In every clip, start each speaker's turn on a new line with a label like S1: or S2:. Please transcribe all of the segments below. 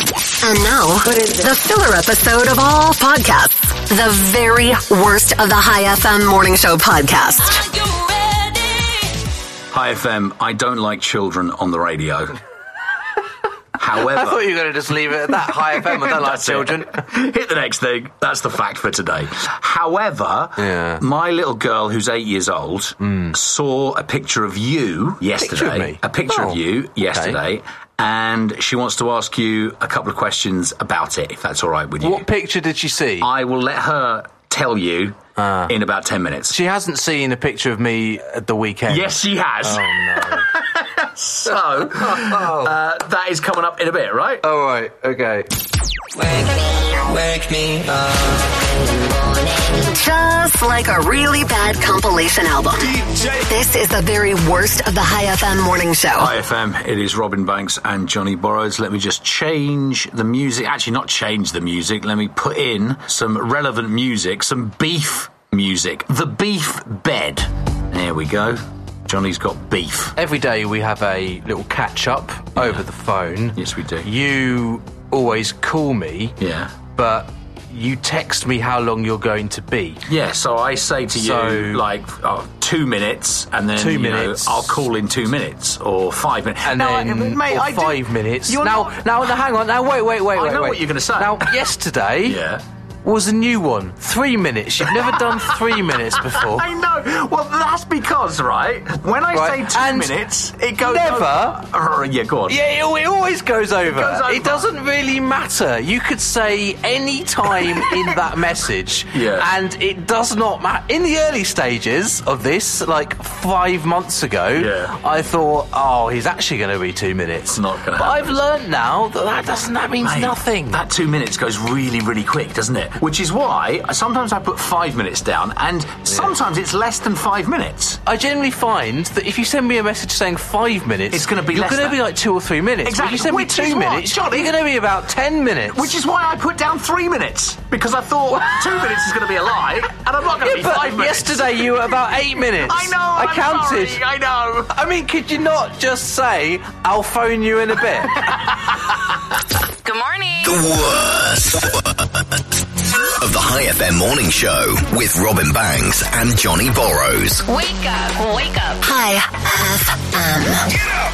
S1: And now, the filler episode of all podcasts. The very worst of the High FM Morning Show podcast.
S2: Hi FM, I don't like children on the radio. However,
S3: I thought you were going to just leave it at that. High FM, I don't like
S2: That's it.
S3: children.
S2: Hit the next thing. That's the fact for today. However,
S3: Yeah. Hmm.
S2: my little girl, who's eight years old, saw a picture of you yesterday.
S3: me?
S2: A picture
S3: Oh,
S2: of you yesterday, and she wants to ask you a couple of questions about it, if that's all right with you.
S3: What picture did she see?
S2: I will let her tell you in about ten minutes.
S3: Ah. She hasn't seen a picture of me at the weekend.
S2: yes, she has.
S3: Oh, no.
S2: So uh, that is coming up in a bit, right?
S3: All right, okay.
S1: Just like a really bad compilation album. This is the very worst of the High FM Morning Show.
S2: Hi FM, it is Robin Banks and Johnny Borrows. Let me just change the music. Actually, not change the music. Let me put in some relevant music, some beef music. The beef bed. There we go. Johnny's got beef.
S3: Every day we have a little catch up over the phone.
S2: Yes, we do.
S3: You always call me,
S2: Yeah.
S3: but you text me how long you're going to be.
S2: Yeah, so I say to you,
S3: So-
S2: like, oh, two minutes, and then
S3: Two
S2: you know,
S3: minutes.
S2: I'll call in two minutes or five minutes.
S3: and
S2: Now, I-
S3: then
S2: mate,
S3: or
S2: I do-
S3: five minutes.
S2: You're
S3: now,
S2: not-
S3: now, now, hang on. Now, wait, wait, wait,
S2: I
S3: wait.
S2: know
S3: wait.
S2: what you're gonna say.
S3: Now, yesterday
S2: Yeah.
S3: was a new one. Three minutes. You've never done three minutes before.
S2: I know. Well, that's because, right? When I
S3: Right,
S2: say two
S3: and
S2: minutes, it goes
S3: never-
S2: Over. Yeah, go on.
S3: Yeah, it, it always goes over.
S2: goes over.
S3: doesn't really matter. You could say any time in that message,
S2: Yeah.
S3: and it does not matter. In the early stages of this, like five months ago,
S2: Yeah.
S3: I thought, oh, he's actually going to be two minutes.
S2: It's not gonna
S3: But
S2: happen.
S3: I've learned now that that doesn't. That means
S2: Mate,
S3: nothing.
S2: That two minutes goes really, really quick, doesn't it? Which is why sometimes I put five minutes down, and sometimes it's less than five minutes.
S3: I generally find that if you send me a message saying five minutes,
S2: It's gonna be
S3: you're
S2: less
S3: gonna
S2: than-
S3: be like two or three minutes.
S2: Exactly,
S3: If you send
S2: which
S3: me
S2: is
S3: two
S2: what,
S3: minutes,
S2: Johnny?
S3: you're gonna be about ten minutes.
S2: Which is why I put down three minutes because I thought two minutes is going to be a lie, and I'm not going to
S3: yeah,
S2: be five
S3: but
S2: minutes.
S3: yesterday you were about eight minutes.
S2: I know.
S3: I
S2: I'm
S3: counted.
S2: sorry, I know.
S3: I mean, could you not just say I'll phone you in a bit?
S4: Good morning.
S5: The worst of the High FM morning show with Robin Banks and Johnny Borrows.
S4: Wake up. Wake up.
S1: Hi FM.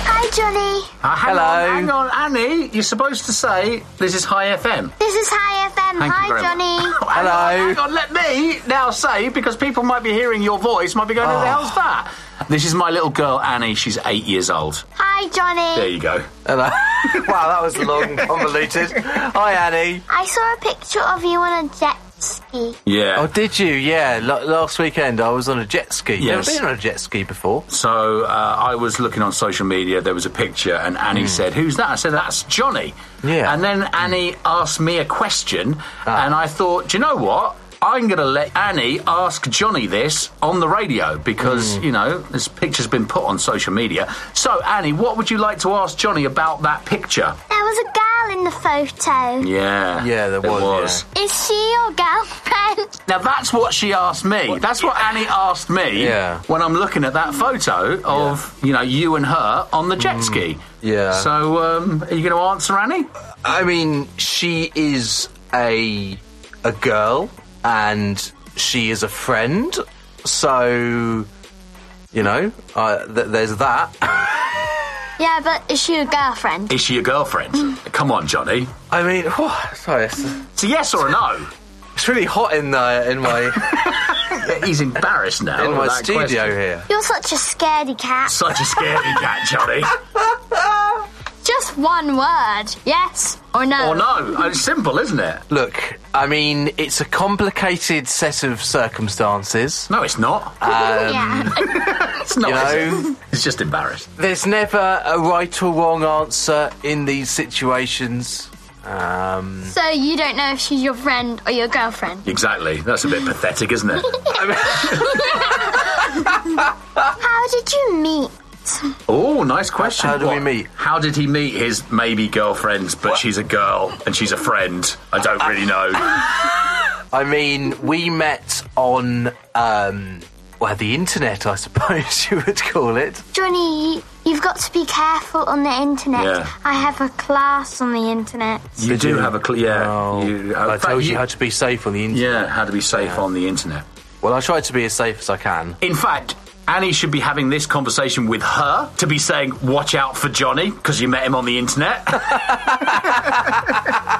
S6: Hi, Johnny.
S2: Uh, hang
S3: Hello.
S2: On, hang on, Annie. You're supposed to say this is High FM.
S6: This is Hi FM.
S2: Thank
S6: Hi,
S2: you very
S6: Johnny.
S2: much. Hang on,
S3: Hello.
S2: hang on, let me now say, because people might be hearing your voice, might be going, who
S3: Oh.
S2: the hell's that? This is my little girl, Annie. She's eight years old.
S6: Hi, Johnny.
S2: There you go.
S3: And I- wow, that was long, convoluted. Hi, Annie.
S6: I saw a picture of you on a jet ski.
S2: Yeah.
S3: Oh, did you? Yeah, l- last weekend I was on a jet ski.
S2: Yes.
S3: Never been on a jet ski before.
S2: So uh, I was looking on social media. There was a picture, and Annie said, "Who's that?" I said, "That's Johnny."
S3: Hmm. Yeah. Ah.
S2: And then Annie asked me a question, and I thought, "Do you know what? I'm going to let Annie ask Johnny this on the radio because
S3: Hmm.
S2: you know this picture's been put on social media." So Annie, what would you like to ask Johnny about that picture?
S6: There was a girl in the photo.
S2: Yeah.
S3: Yeah, there
S2: it
S3: was,
S6: Is she your girlfriend?
S2: Now that's what she asked me. that's what Annie asked me
S3: Yeah.
S2: when I'm looking at that photo of you know you and her on the jet ski.
S3: Mm. yeah.
S2: So um, are you going to answer Annie?
S3: I mean, she is a a girl, and she is a friend. So, you know, uh, th- there's that.
S6: yeah, but is she your girlfriend?
S2: Is she your girlfriend? Come on, Johnny.
S3: I mean, sorry, it's,
S2: It's a yes or a no.
S3: it's really hot in the in my
S2: He's embarrassed now.
S3: in
S2: with
S3: my
S2: that
S3: studio
S2: question.
S3: here.
S6: You're such a scaredy cat.
S2: Such a scary cat, Johnny.
S6: Just one word. Yes or no?
S2: or no? It's simple, isn't it?
S3: Look, I mean, it's a complicated set of circumstances.
S2: No, it's not. Um.
S6: yeah.
S2: It's not.
S3: Uh, You
S2: is
S3: know-
S2: it? He's just embarrassed.
S3: There's never a right or wrong answer in these situations. Um,
S6: so you don't know if she's your friend or your girlfriend.
S2: Exactly. That's a bit pathetic, isn't it?
S6: How did you meet?
S2: Oh, nice question.
S3: How do we meet?
S2: How did he meet his maybe girlfriend, but she's a girl and she's a friend? I don't really know.
S3: I mean, we met on um, well the internet, I suppose you would call it.
S6: Johnny, You've got to be careful on the internet.
S2: Yeah.
S6: I have a class on the internet.
S2: You do have a clear. Yeah,
S3: Oh,
S2: you, uh,
S3: I
S2: in fact,
S3: told you how to be safe on the internet.
S2: Yeah, how to be safe on the internet.
S3: Well, I try to be as safe as I can.
S2: In fact, Annie should be having this conversation with her to be saying, "Watch out for Johnny because you met him on the internet."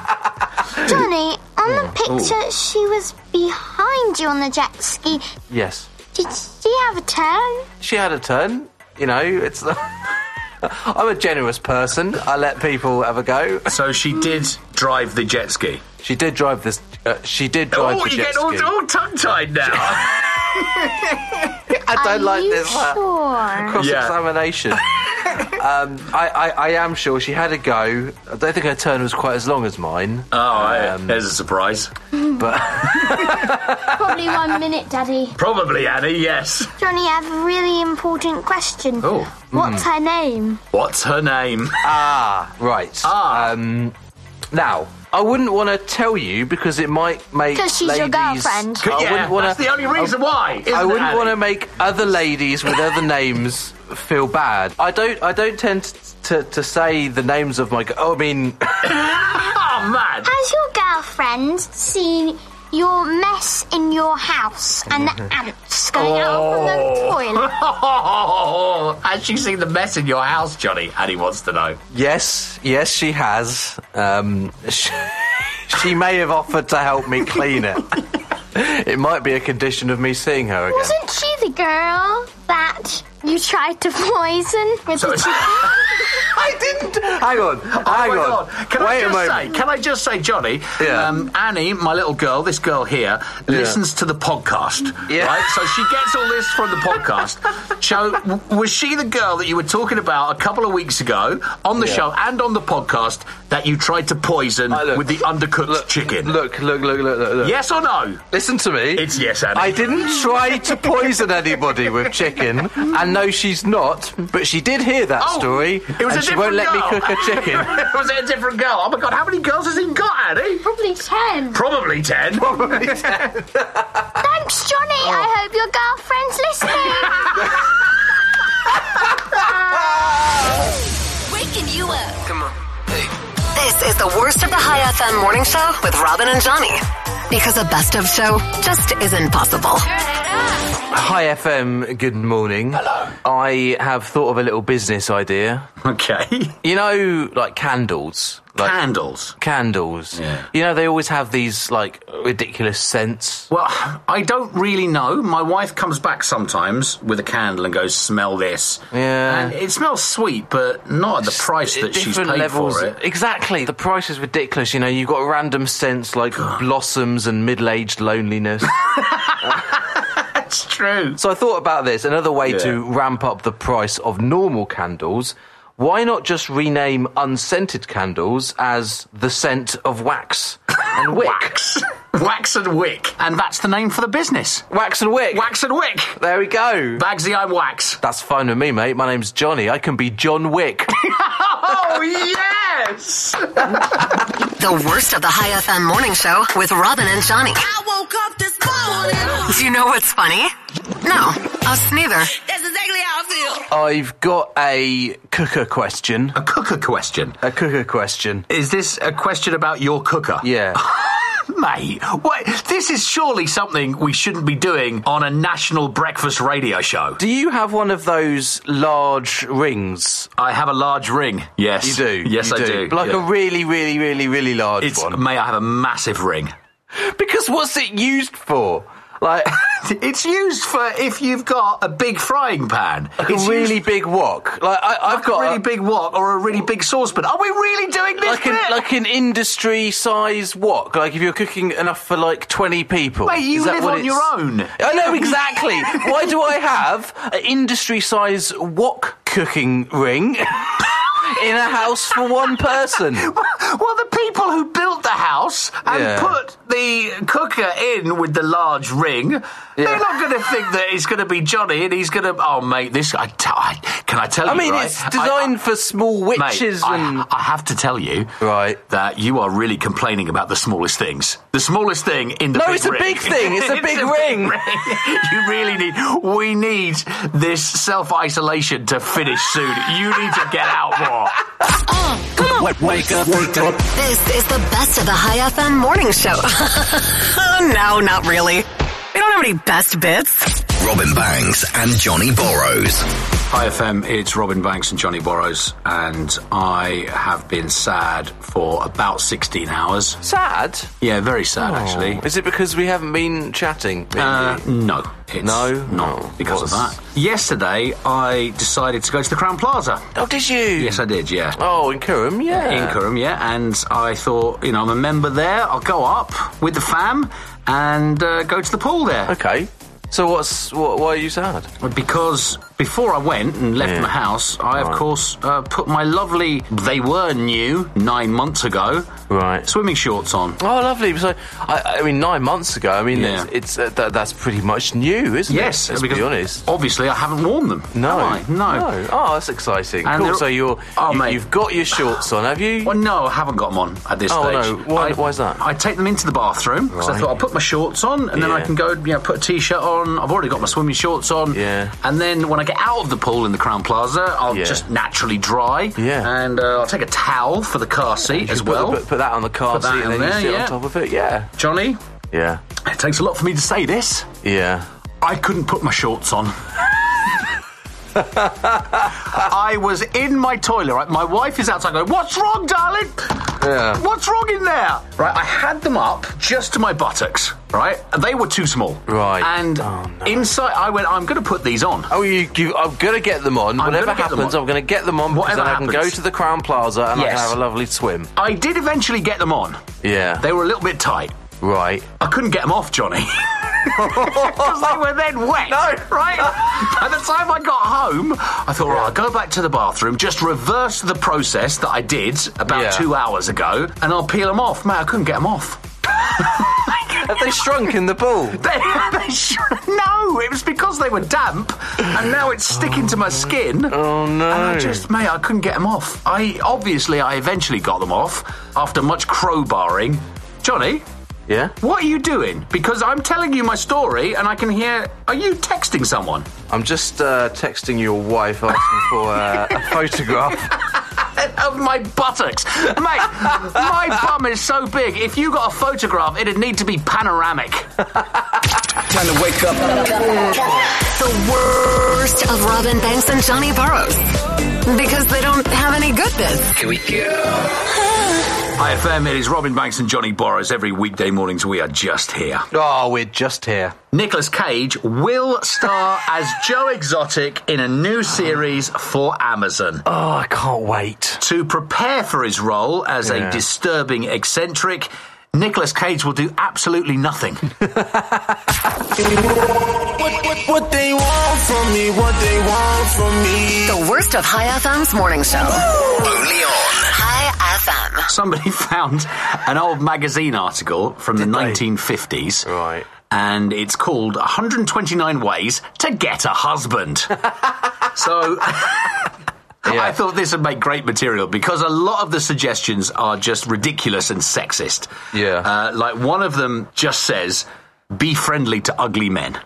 S6: Johnny, on the
S3: Oh.
S6: picture, she was behind you on the jet ski.
S3: Yes.
S6: Did she have a turn?
S3: She had a turn. You know, it's. I'm a generous person. I let people have a go.
S2: so she did drive the jet ski.
S3: She did drive this. Uh, she did drive
S2: Oh,
S3: the
S2: you
S3: jet
S2: get all,
S3: ski.
S2: all tongue-tied now.
S3: I don't
S6: Are
S3: like
S6: you
S3: this.
S6: Sure.
S3: Cross examination. um, I, I, I am sure she had a go. I don't think her turn was quite as long as mine.
S2: oh, yeah,
S3: Um,
S2: there's a surprise.
S6: Probably one minute, Daddy.
S2: Probably Annie. Yes.
S6: Johnny, I have a really important question.
S2: Oh.
S6: What's
S3: mm.
S6: her name?
S2: What's her name?
S3: Ah, right.
S2: Ah.
S3: Um, now, I wouldn't want to tell you because it might make
S6: 'Cause she's your
S3: ladies-
S6: girlfriend.
S3: I
S2: yeah,
S3: wouldn't wanna-
S2: that's the only reason why. Isn't
S3: I wouldn't want
S2: to.
S3: to make other ladies with other names feel bad. I don't. I don't tend to, to, to say the names of my. g- Oh, I mean,
S2: Oh man.
S6: Has your girlfriend seen your mess in your house and the
S3: Mm-hmm.
S6: ants going out from
S3: Oh.
S6: the toilet?
S2: Oh. Has she seen the mess in your house, Johnny? Annie wants to know.
S3: yes, yes, she has. Um, she, she may have offered to help me clean it. it might be a condition of me seeing her again.
S6: Wasn't she the girl that you tried to poison with the chicken?
S3: I didn't. Hang on. Hang
S2: Oh my
S3: on.
S2: God. Can
S3: Wait
S2: I
S3: a
S2: just
S3: moment.
S2: say? Can I just say, Johnny?
S3: Yeah.
S2: Um, Annie, my little girl, this girl here, listens to the podcast.
S3: Yeah.
S2: Right. So she gets all this from the podcast. so w- was she the girl that you were talking about a couple of weeks ago on the
S3: Yeah.
S2: show and on the podcast that you tried to poison
S3: Uh, look.
S2: with the undercooked
S3: Look,
S2: chicken?
S3: Look, look, look, look, look. look.
S2: Yes or no?
S3: Listen to me.
S2: It's yes, Annie.
S3: I didn't try to poison anybody with chicken, and no, she's not. But she did hear that
S2: Oh,
S3: story,
S2: It was
S3: and
S2: a
S3: she won't
S2: different
S3: let me
S2: girl.
S3: cook a chicken.
S2: was it a different girl? Oh my god, how many girls has he got, Annie?
S6: Probably ten.
S2: Probably ten.
S6: Thanks, Johnny. I hope your girlfriend's
S4: Waking
S6: listening.
S4: you up. Come on.
S1: This is the worst of the High FM morning show with Robin and Johnny. Because a best of show just isn't possible.
S3: Hi FM. Good morning. Hello. I have thought of a little business idea.
S2: okay.
S3: You know, like candles. Like
S2: Candles.
S3: candles.
S2: Yeah.
S3: You know, they always have these like ridiculous scents.
S2: Well, I don't really know. My wife comes back sometimes with a candle and goes, "Smell this."
S3: Yeah.
S2: and it smells sweet, but not at the price that she's paid for it.
S3: Exactly. The price is ridiculous. You know, you've got random scents like blossoms and middle aged loneliness.
S2: That's true.
S3: so I thought about this another way
S2: Yeah.
S3: to ramp up the price of normal candles. Why not just rename unscented candles as the scent of wax and wick?
S2: Wax, wax and wick, and that's the name for the business.
S3: Wax and wick.
S2: Wax and wick.
S3: There we go.
S2: Bagsy, I'm wax.
S3: That's fine with me, mate. My name's Johnny. I can be John Wick.
S2: Oh yes.
S1: The worst of the High FM morning show with Robin and Johnny.
S4: I woke up this morning.
S1: Do you know what's funny? No, us neither.
S4: That's exactly how I feel.
S3: I've got a cooker question.
S2: A cooker question.
S3: A cooker question.
S2: Is this a question about your cooker?
S3: Yeah.
S2: Mate, what? This is surely something we shouldn't be doing on a national breakfast radio show.
S3: Do you have one of those large rings?
S2: I have a large ring. Yes,
S3: You do.
S2: Yes,
S3: you
S2: I do.
S3: Like
S2: Yeah.
S3: a really, really, really, really large
S2: It's
S3: one.
S2: may I have a massive ring.
S3: Because what's it used for? Like
S2: It's used for if you've got a big frying pan.
S3: a
S2: It's
S3: really
S2: used
S3: big wok. Like I, I've
S2: like
S3: got
S2: a really
S3: a-
S2: big wok or a really big saucepan. Are we really doing this
S3: like an
S2: bit?
S3: like an industry size wok. Like if you're cooking enough for like twenty people.
S2: Mate, you
S3: Is that
S2: live
S3: what
S2: on
S3: it's-
S2: your own.
S3: I know exactly. Why do I have an industry size wok cooking ring in a house for one person?
S2: Well, the people who built the house and
S3: Yeah.
S2: put the the cooker in with the large ring, they're not going to think that it's going to be Johnny, and he's going to. Oh, mate, this. I, t- I can I tell
S3: I
S2: you?
S3: mean,
S2: right?
S3: it's designed for small
S2: Mate,
S3: witches
S2: I-
S3: and.
S2: I, have to tell you,
S3: Right.
S2: that you are really complaining about the smallest things. The smallest thing in the
S3: No,
S2: big
S3: it's a
S2: ring.
S3: big thing. It's a big ring.
S2: you really need. We need this self isolation to finish soon. You need to get out more.
S5: Wake up, wake up.
S1: This is the best of the High FM morning show. Oh, no, not really. We don't have any best bits.
S5: Robin Banks and Johnny Borrows.
S2: Hi FM, it's Robin Banks and Johnny Borrows, and I have been sad for about 16 hours.
S3: Sad.
S2: Yeah, very sad actually.
S3: Is it because we haven't been chatting? maybe?
S2: Uh, no, it's
S3: No?
S2: not
S3: No.
S2: because of
S3: What's-
S2: that. Yesterday, I decided to go to the Crown Plaza.
S3: oh, did you?
S2: Yes, I did. Yeah.
S3: Oh, in Curram, yeah.
S2: In Curram, yeah, and I thought, you know, I'm a member there. I'll go up with the fam and uh, go to the pool there.
S3: Okay. So what's what, why are you sad?
S2: because before I went and left
S3: Yeah.
S2: my house, I of
S3: Right.
S2: course uh, put my lovely, they were new nine months ago,
S3: Right.
S2: swimming shorts on.
S3: Oh, lovely. So, I, I mean, nine months ago. I mean,
S2: Yeah.
S3: it's, it's uh, that, that's pretty much new, isn't
S2: Yes,
S3: it? Let's
S2: because
S3: be honest.
S2: Obviously, I haven't worn them.
S3: No,
S2: have I? no,
S3: Oh, that's exciting.
S2: And
S3: cool.
S2: they're-
S3: So you're,
S2: Oh,
S3: you,
S2: mate.
S3: have got your shorts on, have you?
S2: Well, no, I haven't got them on at this
S3: Oh,
S2: stage.
S3: no. Why-
S2: I,
S3: why is that?
S2: I take them into the bathroom because I
S3: Right.
S2: thought I'll put my shorts on and then I
S3: Yeah.
S2: can go, you know, put a t-shirt on. I've already got my swimming shorts on.
S3: Yeah.
S2: And then when I get out of the pool in the Crown Plaza, I'll
S3: Yeah.
S2: just naturally dry.
S3: Yeah.
S2: And uh, I'll take a towel for the car seat
S3: You
S2: as
S3: put-
S2: well.
S3: Put, put that on the car
S2: Put that
S3: seat and
S2: in
S3: then
S2: there,
S3: you sit
S2: yeah.
S3: on top of it. Yeah.
S2: Johnny,
S3: Yeah.
S2: it takes a lot for me to say this.
S3: Yeah.
S2: I couldn't put my shorts on. I was in my toilet, right? My wife is outside going, What's wrong, darling?
S3: Yeah.
S2: What's wrong in there? Right, I had them up just to my buttocks, right? And They were too small.
S3: Right.
S2: And
S3: Oh, no.
S2: inside, I went, I'm going to put these on.
S3: Oh, you, you, I'm going to get them on.
S2: I'm
S3: Whatever
S2: gonna get them
S3: happens,
S2: on.
S3: I'm going to get them on because
S2: Whatever
S3: then I can go
S2: happens.
S3: to the Crown Plaza and I
S2: Yes.
S3: can have a lovely swim.
S2: I did eventually get them on.
S3: Yeah.
S2: They were a little bit tight.
S3: right.
S2: I couldn't get them off, Johnny. Because they were then wet.
S3: No.
S2: Right? By the time I got home, I thought, right, I'll go back to the bathroom, just reverse the process that I did about
S3: Yeah.
S2: two hours ago, and I'll peel them off. Man, I couldn't get them off.
S3: Have they shrunk in the pool?
S2: They, they should, no, it was because they were damp, and now it's sticking to my skin.
S3: Oh, no.
S2: And I just, mate, I couldn't get them off. I obviously, I eventually got them off after much crowbarring. Johnny,
S3: Yeah.
S2: What are you doing? Because I'm telling you my story and I can hear. Are you texting someone?
S3: I'm just uh, texting your wife asking for uh, a photograph.
S2: Of my buttocks. Mate, my bum is so big. If you got a photograph, it'd need to be panoramic.
S5: Time to wake up.
S1: The worst of Robin Banks and Johnny Burrows. Because they don't have any good bits.
S5: Here we go.
S2: IFM, it is Robin Banks and Johnny Borrows. Every weekday mornings, we are just here.
S3: Oh, we're just here.
S2: Nicolas Cage will star as Joe Exotic in a new series for Amazon.
S3: Oh, I can't wait.
S2: To prepare for his role as
S3: Yeah.
S2: a disturbing eccentric, Nicolas Cage will do absolutely nothing.
S7: What, what, what they want from me, what they want from me.
S1: The worst of High FM's morning show.
S5: Only on
S1: High FM.
S2: somebody found an old magazine article from the 1950s.
S3: Right.
S2: And it's called 129 Ways to Get a Husband. so. I thought this would make great material because a lot of the suggestions are just ridiculous and sexist.
S3: Yeah.
S2: Uh, like one of them just says, be friendly to ugly men.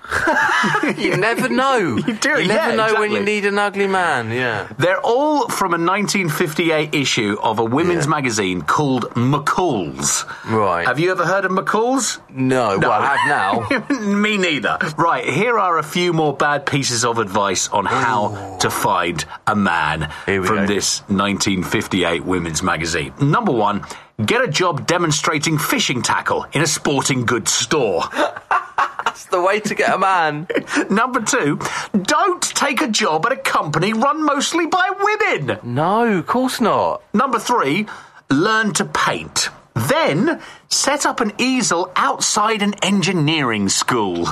S3: You never know. you
S2: do,
S3: You never
S2: yeah,
S3: know when
S2: exactly.
S3: you need an ugly man. Yeah.
S2: They're all from a 1958 issue of a women's
S3: Yeah.
S2: magazine called McCall's.
S3: Right.
S2: Have you ever heard of McCall's?
S3: No. Well, I have now.
S2: Me neither. Right, here are a few more bad pieces of advice on how to find a man
S3: Here we
S2: from
S3: go.
S2: this 1958 women's magazine. Number one, get a job demonstrating fishing tackle in a sporting goods store.
S3: That's the way to get a man.
S2: Number two, don't take a job at a company run mostly by women.
S3: no, of course not.
S2: Number three, learn to paint. Then set up an easel outside an engineering school.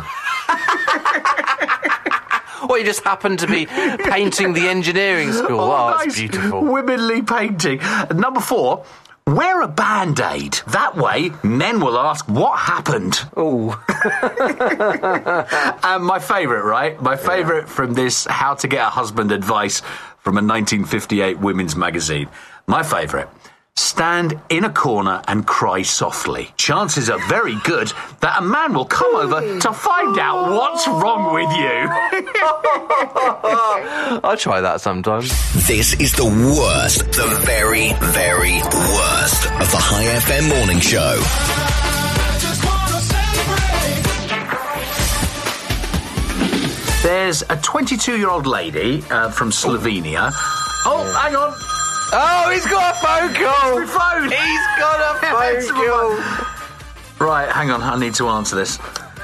S3: Or you just happen to be painting the engineering school.
S2: Oh,
S3: wow,
S2: nice
S3: that's beautiful.
S2: Womenly painting. Number four, Wear a band aid. That way, Nen will ask what happened.
S3: Oh,
S2: And my favourite, right? My favourite from this How to Get a Husband advice from a 1958 women's magazine. My favourite. Stand in a corner and cry softly. Chances are very good that a man will come over to find out what's wrong with you.
S3: I try that sometimes.
S5: This is the worst, the very, very worst of the High FM morning show.
S2: There's a 22 year old lady uh, from Slovenia. Oh, hang on.
S3: Oh, he's got a phone call.
S2: My phone.
S3: He's got a
S2: It's
S3: phone
S2: my
S3: call.
S2: Right, hang on, I need to answer this.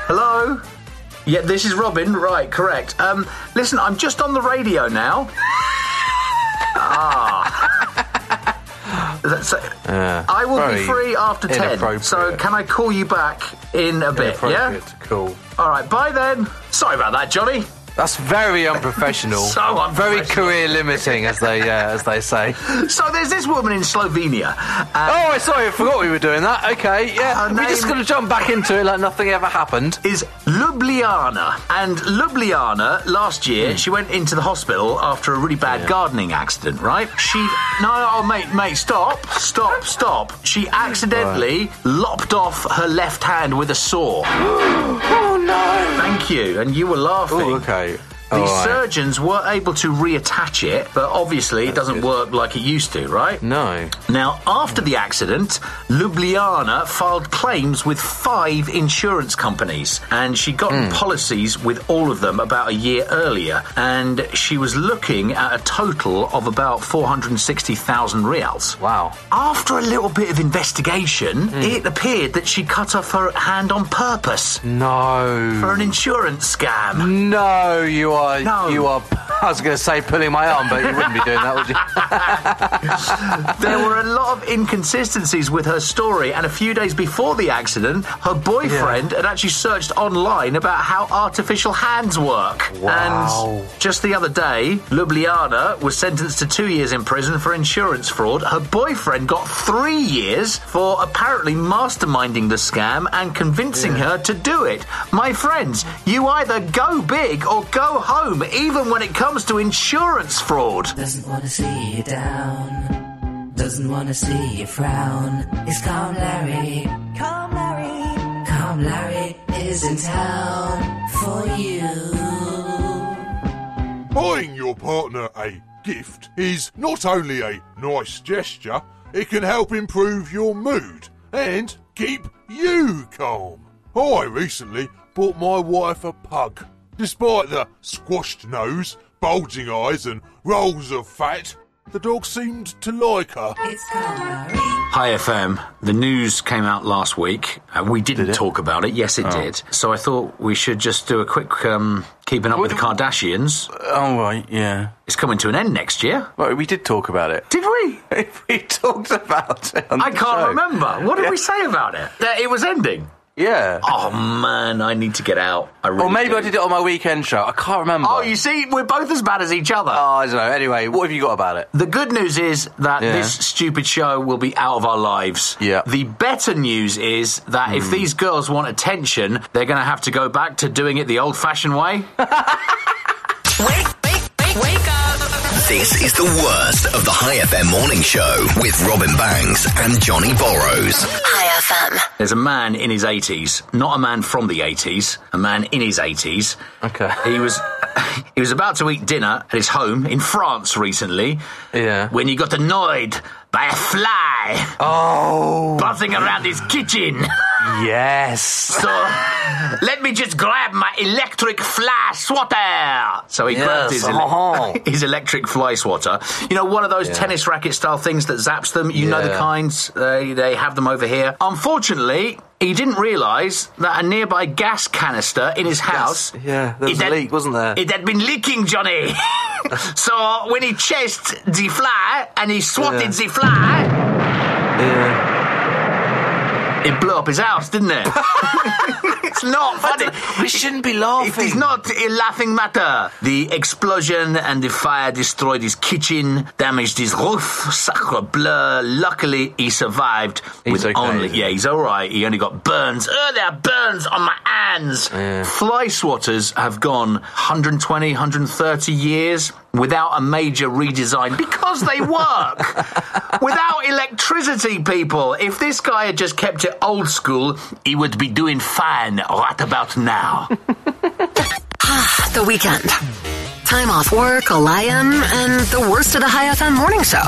S2: Hello? Yeah, this is Robin, right, correct. Um, listen, I'm just on the radio now. ah. That's, I will
S3: very
S2: be free after 10. So,
S3: inappropriate.
S2: can I call you back in a bit? Yeah?
S3: Inappropriate. Cool.
S2: All right, bye then. Sorry about that, Johnny.
S3: That's very unprofessional.
S2: So
S3: very
S2: unprofessional.
S3: career limiting, as they uh, as they say.
S2: So, there's this woman in Slovenia. Uh,
S3: Oh, sorry, I forgot we were doing that. Okay, yeah,
S2: Her
S3: we're just
S2: name-
S3: going to jump back into it like nothing ever happened.
S2: is Ljubljana. And Ljubljana, last year, she went into the hospital after a really bad gardening accident, right? She. No, oh, mate, mate, stop, stop, stop. She accidentally lopped off her left hand with a saw.
S3: Oh no!
S2: Thank you. And you were laughing.
S3: Oh, okay.
S2: The
S3: All right.
S2: surgeons were able to reattach it, but obviously it doesn't
S3: good.
S2: work like it used to, right?
S3: No.
S2: Now, after the accident, Ljubljana filed claims with five insurance companies, and she got policies with all of them about a year earlier, and she was looking at a total of about 460,000 reals.
S3: Wow.
S2: After a little bit of investigation, it appeared that she cut off her hand on purpose for
S3: No.
S2: an insurance scam.
S3: No, you are.
S2: No.
S3: You are. I was going to say pulling my arm, but you wouldn't be doing that, would you?
S2: There were a lot of inconsistencies with her story, and a few days before the accident, her boyfriend had actually searched online about how artificial hands work.
S3: Wow.
S2: And just the other day, Ljubljana was sentenced to two years in prison for insurance fraud. Her boyfriend got three years for apparently masterminding the scam and convincing her to do it. My friends, you either go big or go home, even when it comes to insurance fraud.
S8: Doesn't wanna see you down. Doesn't wanna see you frown. It's Calm Larry. Calm Larry. Calm Larry is in town for you.
S9: Buying your partner a gift is not only a nice gesture, it can help improve your mood and keep you calm. I recently bought my wife a pug. Despite the squashed nose, bulging eyes, and rolls of fat, the dog seemed to like her.
S8: It's Calm Larry.
S2: Hi FM. The news came out last week. Uh, we didn't talk about it. Oh. Yes, it did. So I thought we should just do a quick um, keeping up with the Kardashians.
S3: Oh right, yeah.
S2: It's coming to an end next year.
S3: Well, we did talk about it.
S2: Did we?
S3: we talked about it. on
S2: I
S3: the
S2: can't
S3: show.
S2: remember. What did we say about it? That it was ending.
S3: Yeah.
S2: Oh man, I need to get out. I really
S3: or maybe
S2: do.
S3: I did it on my weekend show. I can't remember.
S2: Oh, you see, we're both as bad as each other.
S3: Oh, I don't know. Anyway, what have you got about it?
S2: The good news is that
S3: Yeah.
S2: this stupid show will be out of our lives.
S3: Yeah. Hmm.
S2: The better news is that if these girls want attention, they're going to have to go back to doing it the old-fashioned way.
S4: Wake, wake, wake, wake up.
S5: This is the worst of the High FM morning show with Robin Banks and Johnny Borrows.
S1: High FM.
S2: There's a man in his 80s, not a man from the 80s, a man in his 80s.
S3: Okay.
S2: He was he was about to eat dinner at his home in France recently.
S3: Yeah.
S2: When he got annoyed by a fly
S3: Oh,
S2: buzzing around his kitchen.
S3: yes.
S2: So let me just grab my electric fly swatter. So he
S3: Yes,
S2: grabbed his, ele-
S3: uh-huh.
S2: his electric fly swatter. You know, one of those tennis racket style things that zaps them. You know the
S3: Yeah.
S2: kinds. They, they have them over here. Unfortunately, he didn't realise that a nearby gas canister in his house.
S3: yeah, there
S2: it
S3: was a
S2: had-
S3: leak, wasn't there?
S2: It had been leaking, Johnny. so when he chased the fly and he swatted
S3: Yeah.
S2: the fly,
S3: Yeah.
S2: it blew up his house, didn't it? it's not funny.
S3: We shouldn't be laughing.
S2: It is not a laughing matter. The explosion and the fire destroyed his kitchen, damaged his roof, sacre bleu. Luckily, he survived.
S3: He's
S2: with
S3: okay,
S2: only,
S3: isn't he?
S2: yeah, he's all right. He only got burns. Oh, there are burns on my hands. Fly swatters have gone 120, 130 years without a major redesign because they work. without electricity, people. If this guy had just kept it old school, he would be doing fine right about now.
S1: The weekend. Time off work, a lion, and the worst of the High FM morning show.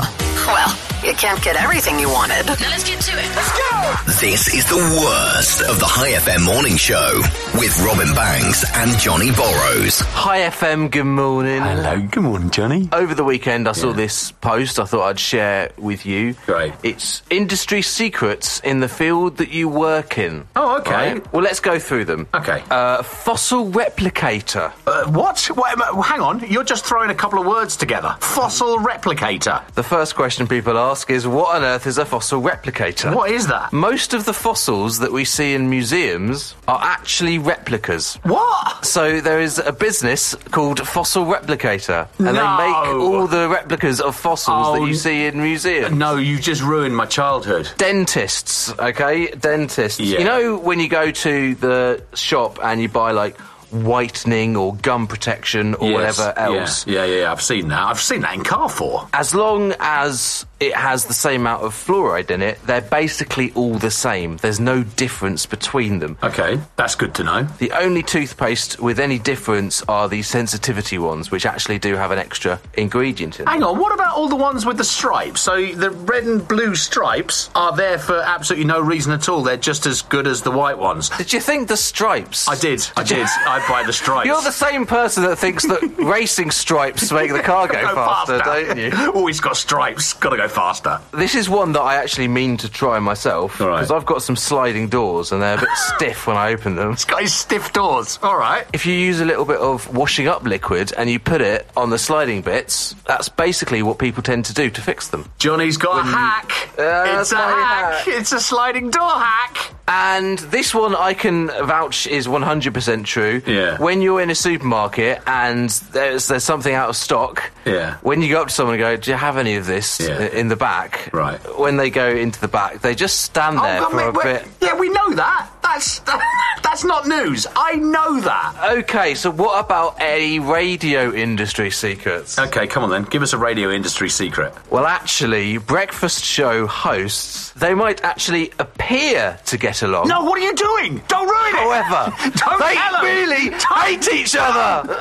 S1: Well, you can't get everything you wanted.
S4: Now let's get to it. Let's go.
S5: This is the worst of the High FM morning show with Robin Banks and Johnny Borrows.
S3: Hi FM, good morning.
S2: Hello, good morning, Johnny.
S3: Over the weekend, I saw this post I thought I'd share with you.
S2: Great.
S3: It's industry secrets in the field that you work in.
S2: Oh, okay.
S3: Well, let's go through them.
S2: Okay.
S3: Uh, fossil replicator.
S2: Uh, what? what am I- hang on, you're just throwing a couple of words together. Fossil replicator.
S3: The first question people ask is what on earth is a fossil replicator?
S2: What is that?
S3: Most of the fossils that we see in museums are actually replicas.
S2: What?
S3: So there is a business called Fossil Replicator, and
S2: No.
S3: they make all the replicas of fossils
S2: Oh,
S3: that you
S2: n-
S3: see in museums.
S2: No, you just ruined my childhood.
S3: Dentists, okay? Dentists.
S2: Yeah.
S3: You know when you go to the shop and you buy like whitening or gum protection or
S2: Yes,
S3: whatever
S2: yeah,
S3: else?
S2: Yeah, yeah, I've seen that. I've seen that in Carrefour.
S3: As long as it has the same amount of fluoride in it, they're basically all the same. There's no difference between them.
S2: Okay, that's good to know.
S3: The only toothpaste with any difference are the sensitivity ones, which actually do have an extra ingredient in them.
S2: Hang on, what about all the ones with the stripes? So the red and blue stripes are there for absolutely no reason at all. They're just as good as the white ones.
S3: Did you think the stripes?
S2: I did, I did. I buy the stripes.
S3: You're the same person that thinks that racing stripes make the car go,
S2: Go
S3: faster, don't you?
S2: Always got stripes. Gotta go faster.
S3: This is one that I actually mean to try myself
S2: All right.
S3: because I've got some sliding doors and they're a bit stiff when I open them.
S2: It's got his stiff doors. All right.
S3: If you use a little bit of washing up liquid and you put it on the sliding bits, that's basically what people tend to do to fix them.
S2: Johnny's got a hack.
S3: Yeah,
S2: it's
S3: that's
S2: a
S3: my
S2: hack.
S3: hack.
S2: It's a sliding door hack.
S3: And this one I can vouch is 100% true.
S2: Yeah.
S3: When you're in a supermarket and there's, there's something out of stock,
S2: Yeah.
S3: when you go up to someone and go, Do you have any of this
S2: Yeah.
S3: i- in the back?
S2: Right.
S3: When they go into the back, they just stand there
S2: Oh, God,
S3: for
S2: mate,
S3: a
S2: we-
S3: bit.
S2: Yeah, we know that. That's that's not news. I know that.
S3: Okay, so what about any radio industry secrets?
S2: Okay, come on then. Give us a radio industry secret.
S3: Well, actually, breakfast show hosts, they might actually appear to get along.
S2: No, what are you doing? Don't ruin it.
S3: However,
S2: Don't
S3: they
S2: tell 'em.
S3: really hate each other.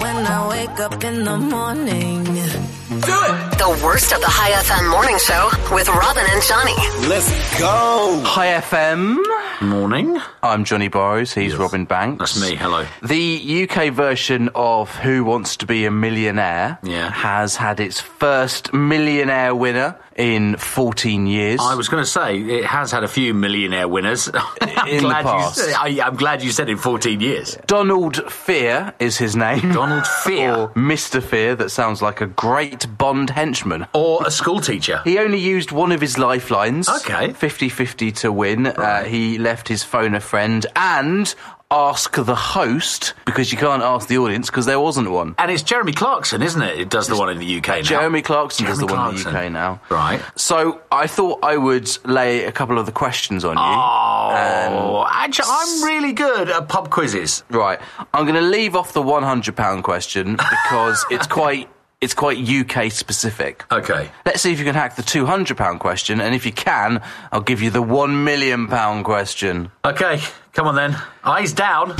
S8: When I wake up in the morning,
S1: The worst of the High FM morning show with Robin and Johnny.
S7: Let's go.
S3: Hi FM.
S2: Morning.
S3: I'm Johnny Borrows. He's Robin Banks.
S2: That's me. Hello.
S3: The UK version of Who Wants to Be a Millionaire
S2: Yeah.
S3: has had its first millionaire winner in 14 years.
S2: I was going to say it has had a few millionaire winners. I'm
S3: In the
S2: glad
S3: past.
S2: You, said- I, I'm glad you said in 14 years.
S3: Donald Fear is his name.
S2: Donald Fear.
S3: or Mr. Fear, that sounds like a great Bond henchman.
S2: Or a school teacher.
S3: He only used one of his lifelines.
S2: Okay.
S3: 50 50 to win. Uh, he left his phone a friend and ask the host because you can't ask the audience because there wasn't one.
S2: And it's Jeremy Clarkson, isn't it? It does the one in the UK now.
S3: Jeremy Clarkson does
S2: Jeremy
S3: the one in the
S2: Clarkson.
S3: UK now.
S2: Right.
S3: So I thought I would lay a couple of the questions on you.
S2: Ah. Oh, actually, I'm really good at pub quizzes.
S3: Right. I'm going to leave off the 100 pound question because it's quite it's quite UK specific.
S2: Okay.
S3: Let's see if you can hack the 200 pound question and if you can, I'll give you the 1 million pound question.
S2: Okay, come on then. Eyes down.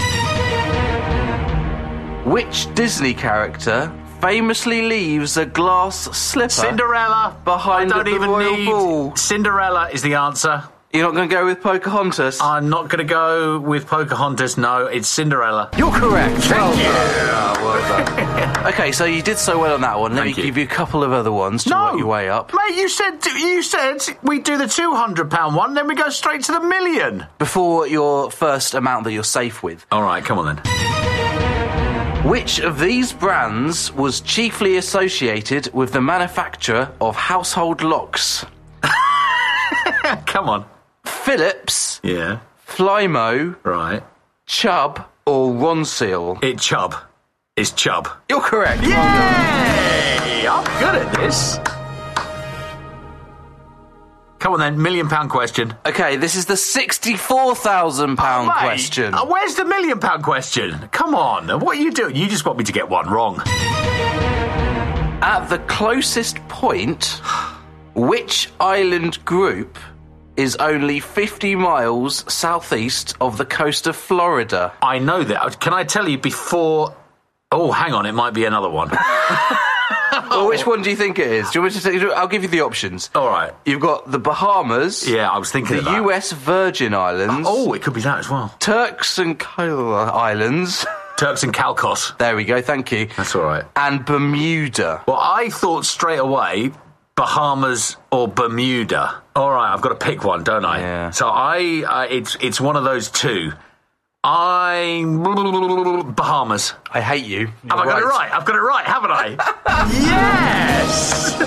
S3: Which Disney character famously leaves a glass slipper?
S2: Cinderella.
S3: Behind
S2: I don't
S3: the
S2: even
S3: royal
S2: need.
S3: ball.
S2: Cinderella is the answer.
S3: You're not going to go with Pocahontas?
S2: I'm not going to go with Pocahontas. No, it's Cinderella.
S3: You're correct. Thank you. okay, so you did so well on that one. Let
S2: Thank
S3: me
S2: you.
S3: give you a couple of other ones to work your way up.
S2: mate. You said you said we do the two hundred pound one, then we go straight to the million.
S3: Before your first amount that you're safe with,
S2: All right, come on then.
S3: which of these brands was chiefly associated with the manufacture of household locks?
S2: Come on.
S3: Philips,
S2: Yeah.
S3: Flymo,
S2: Right.
S3: Chubb, or Ronseal?
S2: It Chubb. It's Chubb.
S3: You're correct.
S2: Yay! I'm good at this. Come on then, million pound question.
S3: Okay, this is the sixty-four thousand pound
S2: Mate,
S3: question.
S2: uh, where's the million pound question? Come on, uh, what are you doing? You just want me to get one wrong.
S3: At the closest point, which island group is only 50 miles southeast of the coast of Florida?
S2: I know that. Uh, Can I tell you before? Oh, hang on, it might be another one.
S3: Well, which one do you think it is? Do you want me to say, I'll give you the options.
S2: All right.
S3: You've got the Bahamas,
S2: Yeah, I was thinking
S3: the
S2: of that.
S3: US Virgin Islands,
S2: Oh, it could be that as well.
S3: Turks and Caicos Islands.
S2: Turks and Calcos.
S3: There we go, thank you.
S2: That's all right.
S3: And Bermuda.
S2: Well, I thought straight away Bahamas or Bermuda. All right, I've got to pick one, don't I?
S3: Yeah.
S2: So I, uh, it's it's one of those two. I Bahamas.
S3: I hate you.
S2: Have I got it right? I've got it right, haven't I? yes.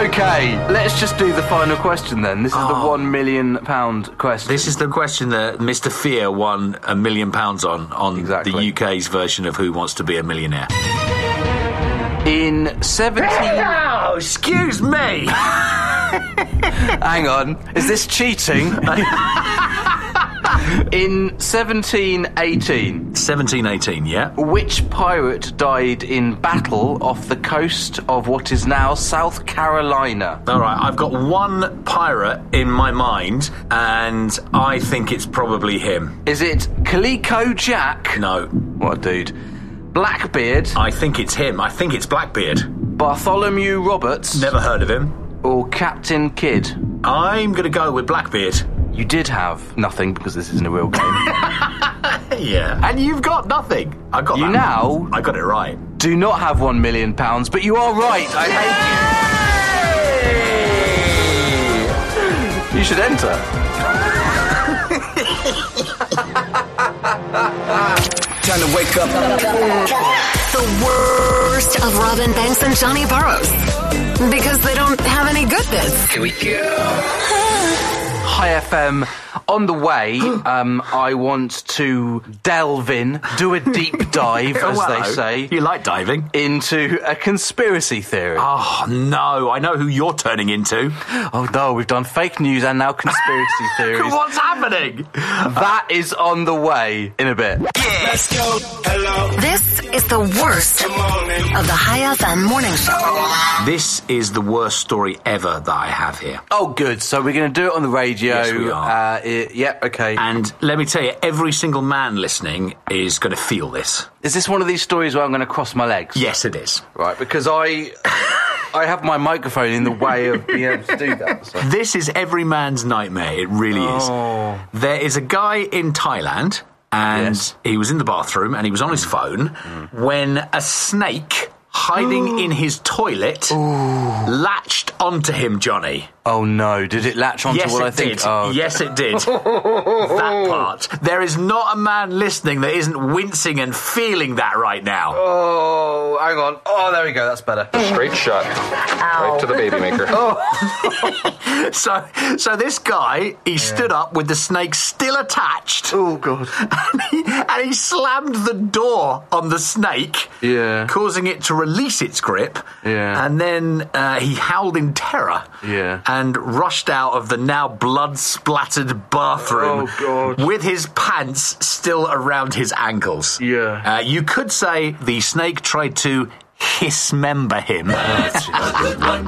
S3: Okay, let's just do the final question then. This is the
S2: Oh.
S3: one million pound question.
S2: This is the question that Mr. Fear won a million pounds on on
S3: Exactly.
S2: the UK's version of Who Wants to Be a Millionaire.
S3: in 17-
S2: Oh, excuse me.
S3: Hang on, is this cheating? in 1718,
S2: 1718, yeah.
S3: which pirate died in battle off the coast of what is now South Carolina?
S2: All right, I've got one pirate in my mind, and I think it's probably him.
S3: Is it Calico Jack?
S2: No,
S3: What a dude. Blackbeard,
S2: I think it's him. I think it's Blackbeard.
S3: Bartholomew Roberts,
S2: Never heard of him.
S3: or Captain Kidd?
S2: I'm going to go with Blackbeard.
S3: You did have nothing because this isn't a real game.
S2: Yeah. And you've got nothing. I got
S3: You
S2: that.
S3: now-
S2: I got it right.
S3: Do not have one million pounds, but you are right. I hate you. You should enter.
S5: Time to wake up.
S1: The worst of Robin Banks and Johnny Burrows. Because they don't have any good bits. Here we go.
S3: Hi FM. On the way, um, I want to delve in, do a deep dive, as
S2: Oh,
S3: they
S2: hello.
S3: say,
S2: You like diving?
S3: into a conspiracy theory.
S2: Oh, no. I know who you're turning into.
S3: oh no, we've done fake news and now conspiracy theories.
S2: What's happening?
S3: That is on the way in a bit.
S7: Let's go. Hello.
S1: This is the worst
S7: Good morning.
S1: of the High FM Morning Show.
S2: This is the worst story ever that I have here.
S3: Oh, good. So we're going to do it on the radio.
S2: Yes, we are.
S3: Uh, i- yeah, okay.
S2: And let me tell you, every single man listening is going to feel this.
S3: Is this one of these stories where I'm going to cross my legs?
S2: Yes, it is.
S3: Right, because I. I have my microphone in the way of being able to do that. so-
S2: This is every man's nightmare. It really is. There is a guy in Thailand, and
S3: Oh. Yes.
S2: he was in the bathroom and he was on his phone when a snake hiding in his toilet latched onto him, Johnny.
S3: Oh no! Did it latch onto
S2: Yes,
S3: what
S2: it
S3: I think?
S2: did.
S3: Oh,
S2: Yes, it did. that part. There is not a man listening that isn't wincing and feeling that right now.
S3: Oh, hang on. Oh, there we go. That's better.
S10: Straight shot. Right to the baby maker.
S2: So, so this guy, he stood up with the snake still attached.
S3: Oh god.
S2: And he, and he slammed the door on the snake,
S3: Yeah.
S2: causing it to release its grip.
S3: Yeah.
S2: And then uh, he howled in terror
S3: Yeah.
S2: and rushed out of the now blood splattered bathroom
S3: Oh, God.
S2: with his pants still around his ankles.
S3: Yeah.
S2: Uh, you could say the snake tried to hismember him.
S3: Oh,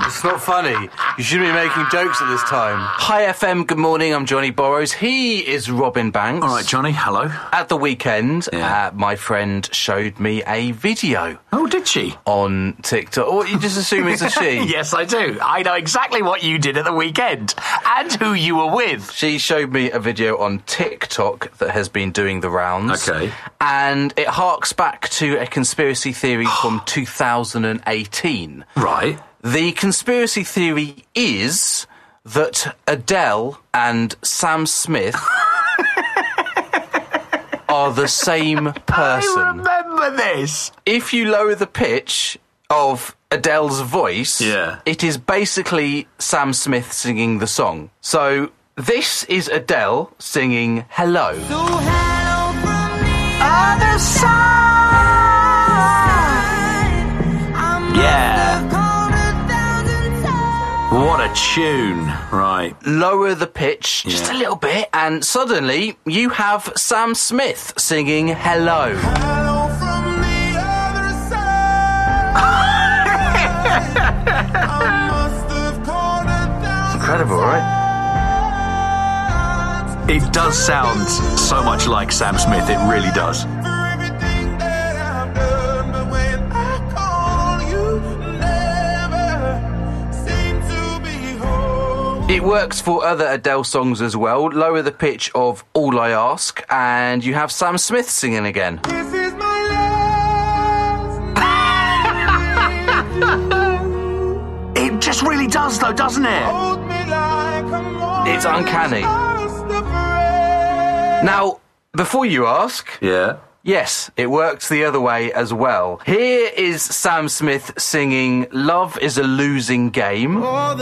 S3: It's not funny. You shouldn't be making jokes at this time. Hi FM. Good morning. I'm Johnny Borrows. He is Robin Banks.
S2: All right, Johnny, hello.
S3: At the weekend,
S2: Yeah.
S3: uh, my friend showed me a video
S2: Oh, did she?
S3: on TikTok. Or you just assume it's a she.
S2: Yes, I do. I know exactly what you did at the weekend and who you were with.
S3: She showed me a video on TikTok that has been doing the rounds.
S2: Okay.
S3: And it harks back to a conspiracy theory from 2018.
S2: Right.
S3: The conspiracy theory is that Adele and Sam Smith are the same
S2: I
S3: person.
S2: remember this.
S3: If you lower the pitch of Adele's voice,
S2: Yeah.
S3: it is basically Sam Smith singing the song. So This is Adele singing Hello.
S4: Other side.
S2: Yeah. What a tune. Right.
S3: Lower the pitch just a
S2: Yeah.
S3: little bit, and suddenly you have Sam Smith singing Hello. Incredible, right?
S2: It does sound so much like Sam Smith, it really does.
S3: It works for other Adele songs as well. Lower the pitch of All I Ask, and you have Sam Smith singing again.
S2: It just really does, though, doesn't it?
S3: It's uncanny. Now, before you ask,
S2: Yeah.
S3: yes, it works the other way as well. Here is Sam Smith singing Love is a Losing Game.
S2: There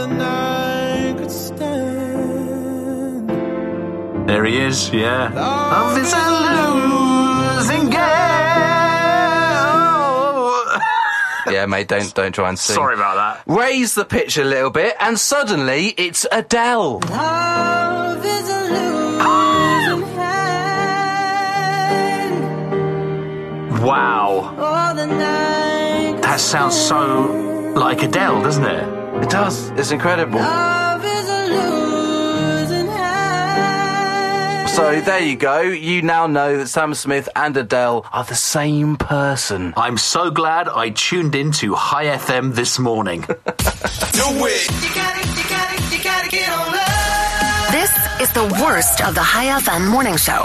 S2: he is, yeah. Love is a losing game.
S3: Yeah, mate, don't don't try and sing.
S2: Sorry about that.
S3: Raise the pitch a little bit, and suddenly it's Adele.
S2: Wow. That sounds so like Adele, doesn't it?
S3: It does. It's incredible. So there you go. You now know that Sam Smith and Adele are the same person.
S2: I'm so glad I tuned into High FM this morning.
S7: Do it.
S1: This is the worst of the High FM morning show.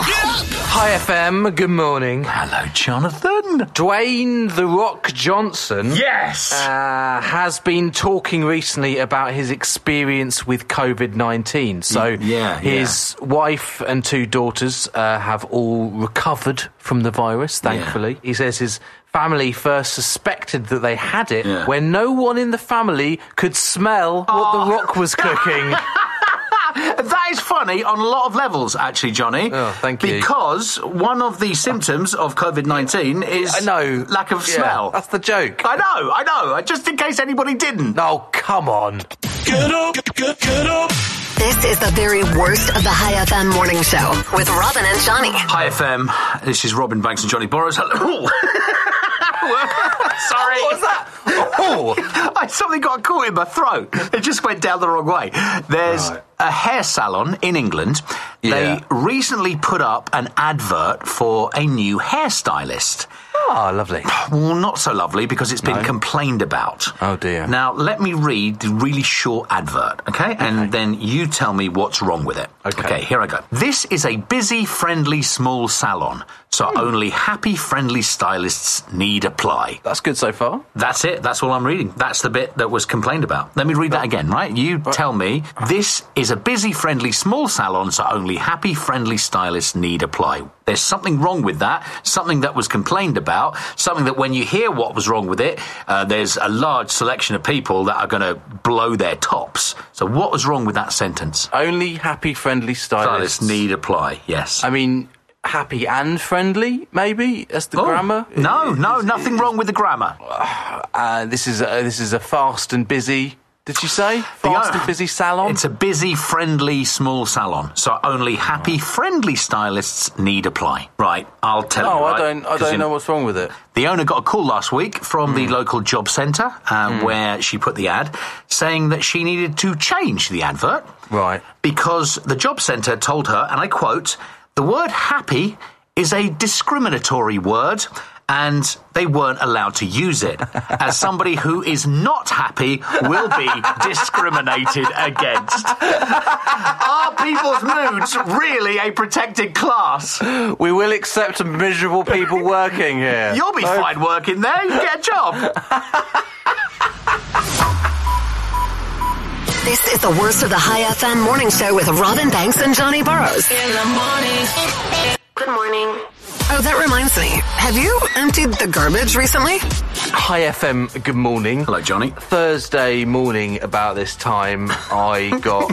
S3: Hi FM, good morning.
S2: Hello, Jonathan.
S3: Dwayne The Rock Johnson
S2: Yes.
S3: uh, has been talking recently about his experience with COVID 19. So
S2: yeah,
S3: his wife and two daughters uh, have all recovered from the virus, thankfully. He says his family first suspected that they had it
S2: Yeah.
S3: when no one in the family could smell what
S2: Oh.
S3: The Rock was cooking. Uh,
S2: That is funny on a lot of levels, actually, Johnny.
S3: Oh, thank you.
S2: Because one of the symptoms of COVID 19 is
S3: I know.
S2: lack of
S3: Yeah,
S2: smell.
S3: That's the joke.
S2: I know, I know. Uh, Just in case anybody didn't.
S3: Oh, come on.
S7: Get up, get, get up.
S1: This is the very worst of the High FM morning show with Robin and Johnny.
S2: Hi, FM. This is Robin Banks and Johnny Borrows. Hello. Sorry.
S3: What was that? Oh,
S2: I, something got caught in my throat. It just went down the wrong way. There's a hair salon in England.
S3: Yeah.
S2: They recently put up an advert for a new hairstylist.
S3: oh lovely.
S2: Well, not so lovely because it's been complained about.
S3: Oh, dear.
S2: Now, let me read the really short advert, okay? And then you tell me what's wrong with it.
S3: Okay.
S2: here I go. This is a busy, friendly, small salon, so
S3: Hmm.
S2: only happy, friendly stylists need apply.
S3: That's good so far.
S2: That's it. That's all I'm reading. That's the bit that was complained about. Let me read that again, right? You tell me this is a busy, friendly, small salon, so only happy, friendly stylists need apply. There's something wrong with that, something that was complained about, something that when you hear what was wrong with it, uh, there's a large selection of people that are going to blow their tops. So, what was wrong with that sentence?
S3: Only happy, friendly stylists.
S2: Stylists need apply, yes.
S3: I mean, happy and friendly, maybe. That's the
S2: Oh,
S3: grammar.
S2: No, no, nothing wrong with the grammar.
S3: Uh, this is a, this is a fast and busy. Did you say fast
S2: The-
S3: and busy salon?
S2: It's a busy, friendly, small salon, so only happy, friendly stylists need apply. Right, I'll tell you.
S3: no, Oh, I
S2: right?
S3: don't. I
S2: 'Cause
S3: don't
S2: you-
S3: know Hmm. what's wrong with it.
S2: The owner got a call last week from the local job centre uh,
S3: Hmm.
S2: where she put the ad, saying that she needed to change the advert
S3: Right.
S2: because the job centre told her, and I quote, the word happy is a discriminatory word and they weren't allowed to use it, as somebody who is not happy will be discriminated against. Are people's moods really a protected class?
S3: We will accept miserable people working here.
S2: You'll be fine working there, you get a job.
S1: This is the worst of the High FM morning show with Robin Banks and Johnny Burrows.
S4: Good morning.
S1: Oh, that reminds me. Have you emptied the garbage recently?
S3: Hi FM. Good morning.
S2: Hello, Johnny.
S3: Thursday morning about this time, I got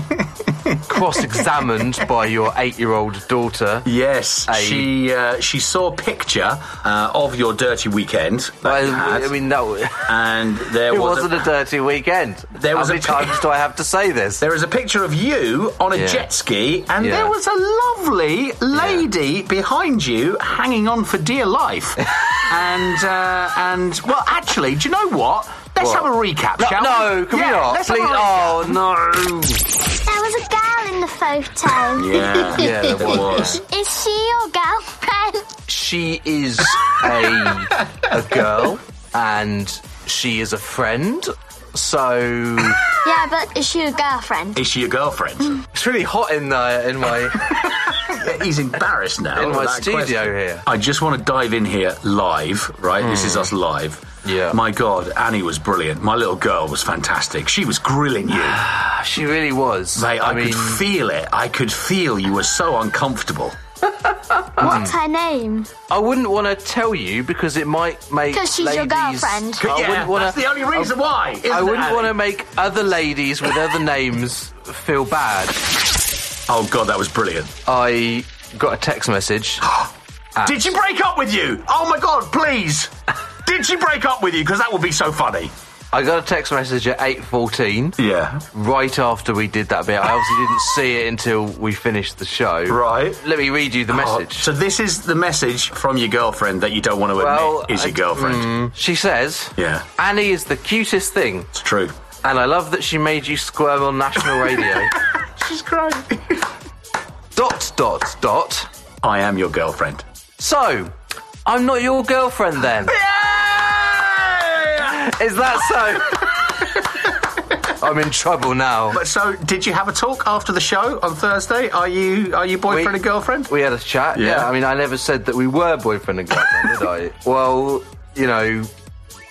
S3: cross-examined by your eight-year-old daughter.
S2: Yes, she uh, she saw a picture uh, of your dirty weekend. that you had,
S3: I mean, no.
S2: and there
S3: it
S2: was
S3: wasn't a, dirty weekend.
S2: There
S3: How
S2: was a
S3: many
S2: pi-
S3: times do I have to say this?
S2: There is a picture of you on a
S3: Yeah.
S2: jet ski, and
S3: Yeah.
S2: there was a lovely lady behind you hanging on for dear life. and uh, and well, actually, do you know what? Let's
S3: What?
S2: have a recap,
S3: No,
S2: shall we?
S3: no, can
S2: yeah,
S3: we not?
S2: Let's
S3: Please.
S2: Have a recap.
S3: Oh no.
S6: There was a girl in the photo.
S2: Yeah.
S3: Yeah, there was.
S6: Is she your girlfriend?
S3: She is a a girl, and she is a friend. So
S6: Yeah, but is she your girlfriend?
S2: Is she your girlfriend? Uh,
S3: it's really hot in the in my
S2: He's embarrassed now.
S3: in
S2: with
S3: my
S2: that
S3: studio
S2: question.
S3: here. Mm.
S2: I just want to dive in here live, right? This is us live.
S3: Yeah.
S2: My God, Annie was brilliant. My little girl was fantastic. She was grilling you.
S3: She really was.
S2: Mate, I,
S3: I mean,
S2: could feel it. I could feel you were so uncomfortable.
S6: What's her name?
S3: I wouldn't want to tell you because it might make
S6: 'Cause she's your
S3: ladies-
S6: girlfriend.
S3: I
S2: Yeah,
S3: wouldn't wanna-
S2: that's the only reason why. isn't
S3: I
S2: it,
S3: wouldn't
S2: Annie?
S3: want to make other ladies with other names feel bad.
S2: Oh God, that was brilliant.
S3: I got a text message.
S2: Did she break up with you? Oh my God, please. Did she break up with you? Because that would be so funny.
S3: I got a text message at 8.14,
S2: Yeah.
S3: right after we did that bit. I obviously didn't see it until we finished the show.
S2: Right. Oh,
S3: Let me read you the message.
S2: So this is the message from your girlfriend that you don't want to admit
S3: Well,
S2: is your
S3: I-
S2: girlfriend.
S3: She says,
S2: Yeah.
S3: Annie is the cutest thing,
S2: It's true.
S3: and I love that she made you squirm on national radio.
S2: She's crying.
S3: dot, dot, dot.
S2: I am your girlfriend.
S3: So, I'm not your girlfriend then. Is that so? I'm in trouble now.
S2: But so, did you have a talk after the show on Thursday? Are you are you boyfriend
S3: We-
S2: and girlfriend?
S3: We had a chat. Yeah.
S2: Yeah.
S3: I mean, I never said that we were boyfriend and girlfriend, did I? Well, you know,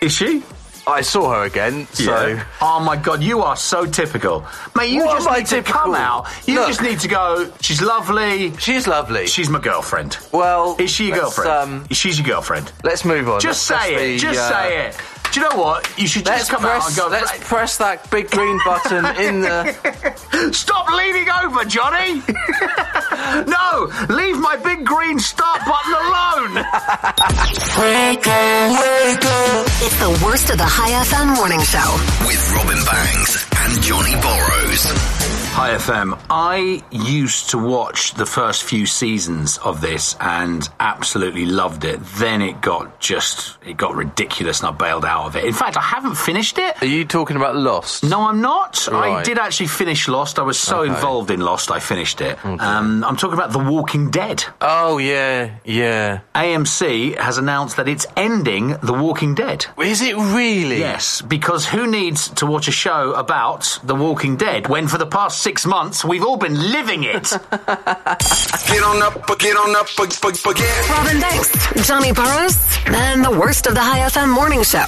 S2: Is she?
S3: I saw her again, so.
S2: Oh my god, you are so typical, mate. You
S3: What
S2: just
S3: am I
S2: need to
S3: typical?
S2: come out. You
S3: Look.
S2: just need to go. She's lovely.
S3: She's lovely.
S2: She's my girlfriend.
S3: well,
S2: Is she your
S3: let's,
S2: girlfriend?
S3: Um,
S2: She's your girlfriend.
S3: let's move on.
S2: Just
S3: Let's
S2: say
S3: press
S2: it.
S3: the,
S2: just
S3: uh,
S2: say it. Do you know what? You should
S3: Let's
S2: just come
S3: press,
S2: out and go.
S3: let's
S2: "Right,
S3: press that big green button in the.
S2: Stop leaning over, Johnny! no! Leave my big green start button alone!
S1: It's the worst of the High FM morning show.
S5: With Robin Banks and Johnny Borrows.
S2: Hi FM. I used to watch the first few seasons of this and absolutely loved it. Then it got just it got ridiculous and I bailed out of it. In fact, I haven't finished it.
S3: Are you talking about Lost?
S2: No, I'm not. I
S3: Right.
S2: did actually finish Lost. I was so
S3: Okay.
S2: involved in Lost, I finished it. Um, I'm talking about The Walking Dead.
S3: Oh, yeah, yeah.
S2: AMC has announced that it's ending The Walking Dead.
S3: Is it really?
S2: Yes, because who needs to watch a show about The Walking Dead when for the past six months we've all been living it?
S7: Get on up, get on up, forget.
S1: Robin Banks, Johnny Burrows, and the worst of the High FM morning show.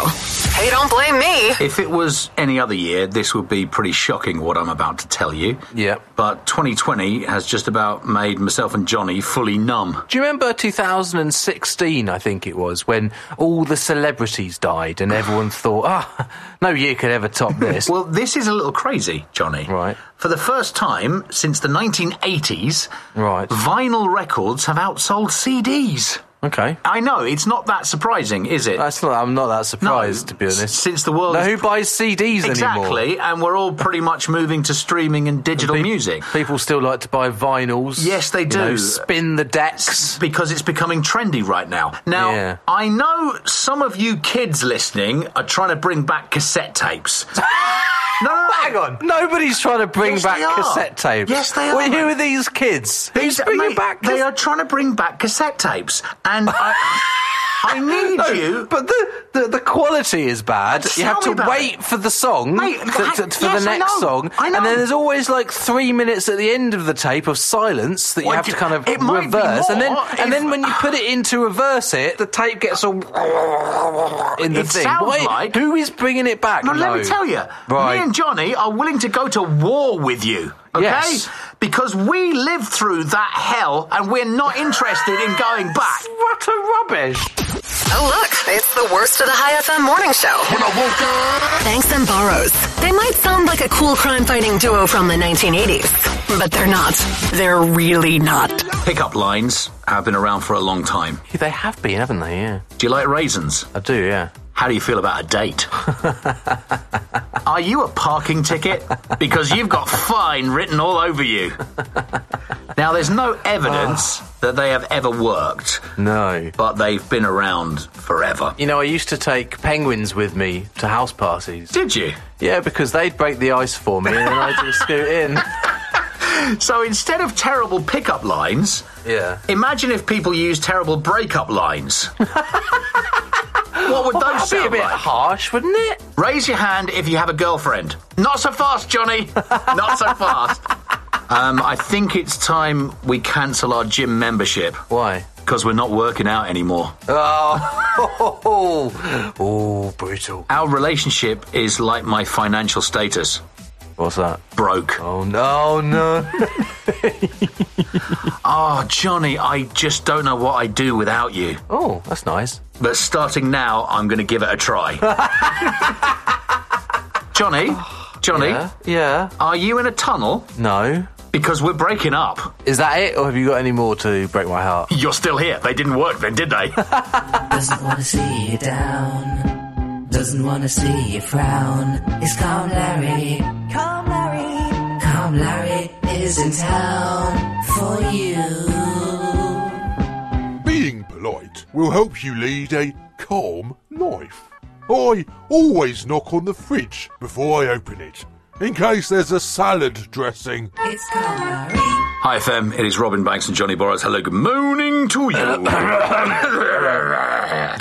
S1: Hey, don't blame me.
S2: if it was any other year, this would be pretty shocking what I'm about to tell you.
S3: Yeah.
S2: But 2020 has just about made myself and Johnny fully numb.
S3: Do you remember 2016, I think it was, when all the celebrities died and everyone thought, ah, no year could ever top this?
S2: Well, this is a little crazy, Johnny.
S3: Right.
S2: For the first time since the 1980s,
S3: Right.
S2: vinyl records have outsold CDs.
S3: okay.
S2: I know, it's not that surprising, is it?
S3: That's not, I'm not that surprised, to be
S2: s-
S3: honest.
S2: since the world
S3: Now,
S2: is-
S3: who buys CDs anymore?
S2: Exactly, and we're all pretty much moving to streaming and digital
S3: Pe-
S2: music
S3: People still like to buy vinyls.
S2: Yes, they
S3: you know,
S2: do.
S3: spin the decks.
S2: because it's becoming trendy right now. Now,
S3: Yeah.
S2: I know some of you kids listening are trying to bring back cassette tapes. no, no, no.
S3: Hang on. Nobody's trying to bring
S2: Yes,
S3: back
S2: they are.
S3: cassette tapes.
S2: Yes, they are,
S3: Well, who
S2: mate.
S3: are these kids? Who's
S2: These-
S3: bringing
S2: mate,
S3: back
S2: They
S3: cas-
S2: are trying to bring back cassette tapes, and I, I need
S3: No,
S2: you.
S3: But the, the, the quality is bad.
S2: Tell
S3: You have
S2: me
S3: to
S2: about
S3: wait
S2: it.
S3: for the song
S2: Mate,
S3: to- to-
S2: I-
S3: for
S2: yes,
S3: the
S2: I
S3: next
S2: know.
S3: song,
S2: I
S3: and
S2: know.
S3: then there's always like three minutes at the end of the tape of silence that you
S2: Well,
S3: have to kind of
S2: it might be
S3: reverse, and then
S2: more if-
S3: and then when you put it in to reverse it, the tape gets all in the
S2: It
S3: thing.
S2: sounds
S3: Why-
S2: like-
S3: who is bringing it back?
S2: Now, let
S3: No.
S2: me tell you,
S3: Right.
S2: me and Johnny are willing to go to war with you, okay?
S3: Yes.
S2: Because we lived through that hell and we're not interested in going back.
S3: what a rubbish!
S1: Oh, look, it's the worst of the High FM morning show. Thanks and Burrows. They might sound like a cool crime fighting duo from the 1980s, But they're not. They're really not.
S2: Pickup lines have been around for a long time.
S3: They have been, haven't they? Yeah.
S2: Do you like raisins?
S3: I do, yeah.
S2: How do you feel about a date? Are you a parking ticket? Because you've got fine written all over you. Now, there's no
S3: Ah.
S2: evidence that they have ever worked,
S3: No.
S2: but they've been around forever.
S3: You know, I used to take penguins with me to house parties.
S2: Did you?
S3: Yeah, because they'd break the ice for me and then I'd just scoot in.
S2: So instead of terrible pickup lines,
S3: Yeah.
S2: imagine if people use terrible breakup lines. what would those
S3: That'd be a
S2: sound
S3: bit
S2: like?
S3: harsh, wouldn't it?
S2: Raise your hand if you have a girlfriend. Not so fast, Johnny. Not so fast. Um, I think it's time we cancel our gym membership
S3: Why?
S2: because we're not working out anymore.
S3: Oh, oh, brutal.
S2: Our relationship is like my financial status
S3: What's that?
S2: broke.
S3: Oh no, no.
S2: Oh, Johnny, I just don't know what I do without you.
S3: Oh, that's nice.
S2: But starting now, I'm going to give it a try. Johnny, Johnny,
S3: Yeah. Yeah.
S2: are you in a tunnel?
S3: No.
S2: Because we're breaking up.
S3: Is that it, or have you got any more to break my heart?
S2: You're still here. They didn't work then, did they?
S8: Doesn't wanna see you down. Doesn't wanna see you frown. It's Calm Larry. Calm Larry. Calm Larry is in town for you.
S9: Being polite will help you lead a calm life. I always knock on the fridge before I open it, in case there's a salad dressing.
S8: It's Calm Larry.
S2: Hi, FM. It is Robin Banks and Johnny Borrows. Hello, good morning to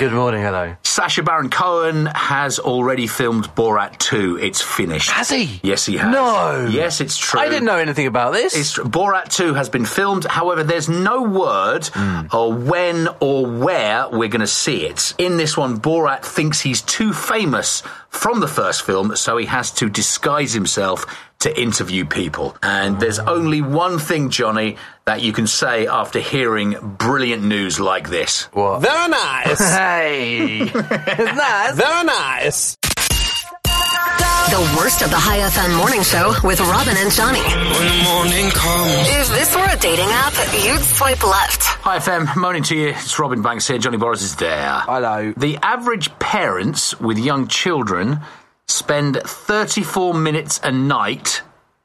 S2: you.
S3: Good morning, hello.
S2: Sasha Baron Cohen has already filmed Borat 2. It's finished.
S3: Has he?
S2: Yes, he has.
S3: No.
S2: Yes, it's true.
S3: I didn't know anything about this.
S2: It's, Borat 2 has been filmed. However, there's no word or when or where we're going to see it. In this one, Borat thinks he's too famous from the first film, so he has to disguise himself to interview people. And there's only one thing, Johnny, that you can say after hearing brilliant news like this.
S3: what?
S7: Very nice.
S3: Hey, it's nice.
S7: Very nice.
S1: The worst of the High FM morning show with Robin and Johnny.
S7: When the morning comes.
S1: If this were a dating app, you'd swipe left.
S2: Hi, FM. Morning to you. It's Robin Banks here. Johnny Boris is there.
S3: Hello.
S2: The average parents with young children spend 34 minutes a night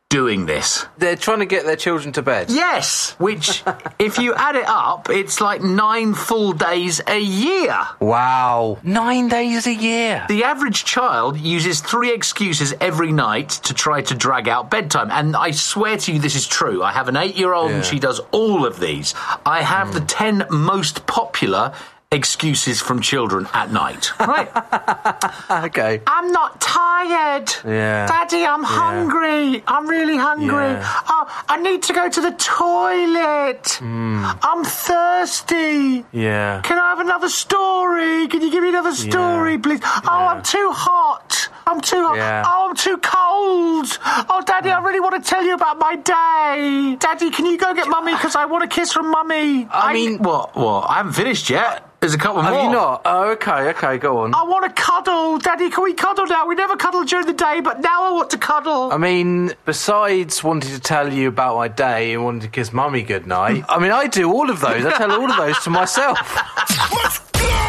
S2: doing this.
S3: They're trying to get their children to bed.
S2: Yes! Which, if you add it up, it's like nine full days a year.
S3: Wow. Nine days a year.
S2: The average child uses three excuses every night to try to drag out bedtime. And I swear to you, this is true. I have an eight year old and
S3: Yeah.
S2: she does all of these. I have the 10 most popular excuses from children at night. Right?
S3: Ah, Okay.
S2: I'm not tired.
S3: Yeah.
S2: Daddy, I'm
S3: Yeah.
S2: hungry. I'm really hungry.
S3: Yeah.
S2: Oh, I need to go to the toilet.
S3: Hmm.
S2: I'm thirsty.
S3: Yeah.
S2: Can I have another story? Can you give me another story, please? Oh, I'm too hot. I'm too hot.
S3: Yeah.
S2: Oh, I'm too cold. Oh, Daddy, I really want to tell you about my day. Daddy, can you go get Mummy because I want a kiss from Mummy?
S3: I mean-
S2: what? What? I haven't finished yet. There's a couple
S3: Have
S2: more.
S3: you not? Oh, okay. Okay, go on.
S2: I want to cuddle. Daddy, can we cuddle now? We never cuddle during the day, but now I want to cuddle.
S3: I mean, besides wanting to tell you about my day and wanting to kiss mummy goodnight, I mean, I do all of those. I tell all of those to myself.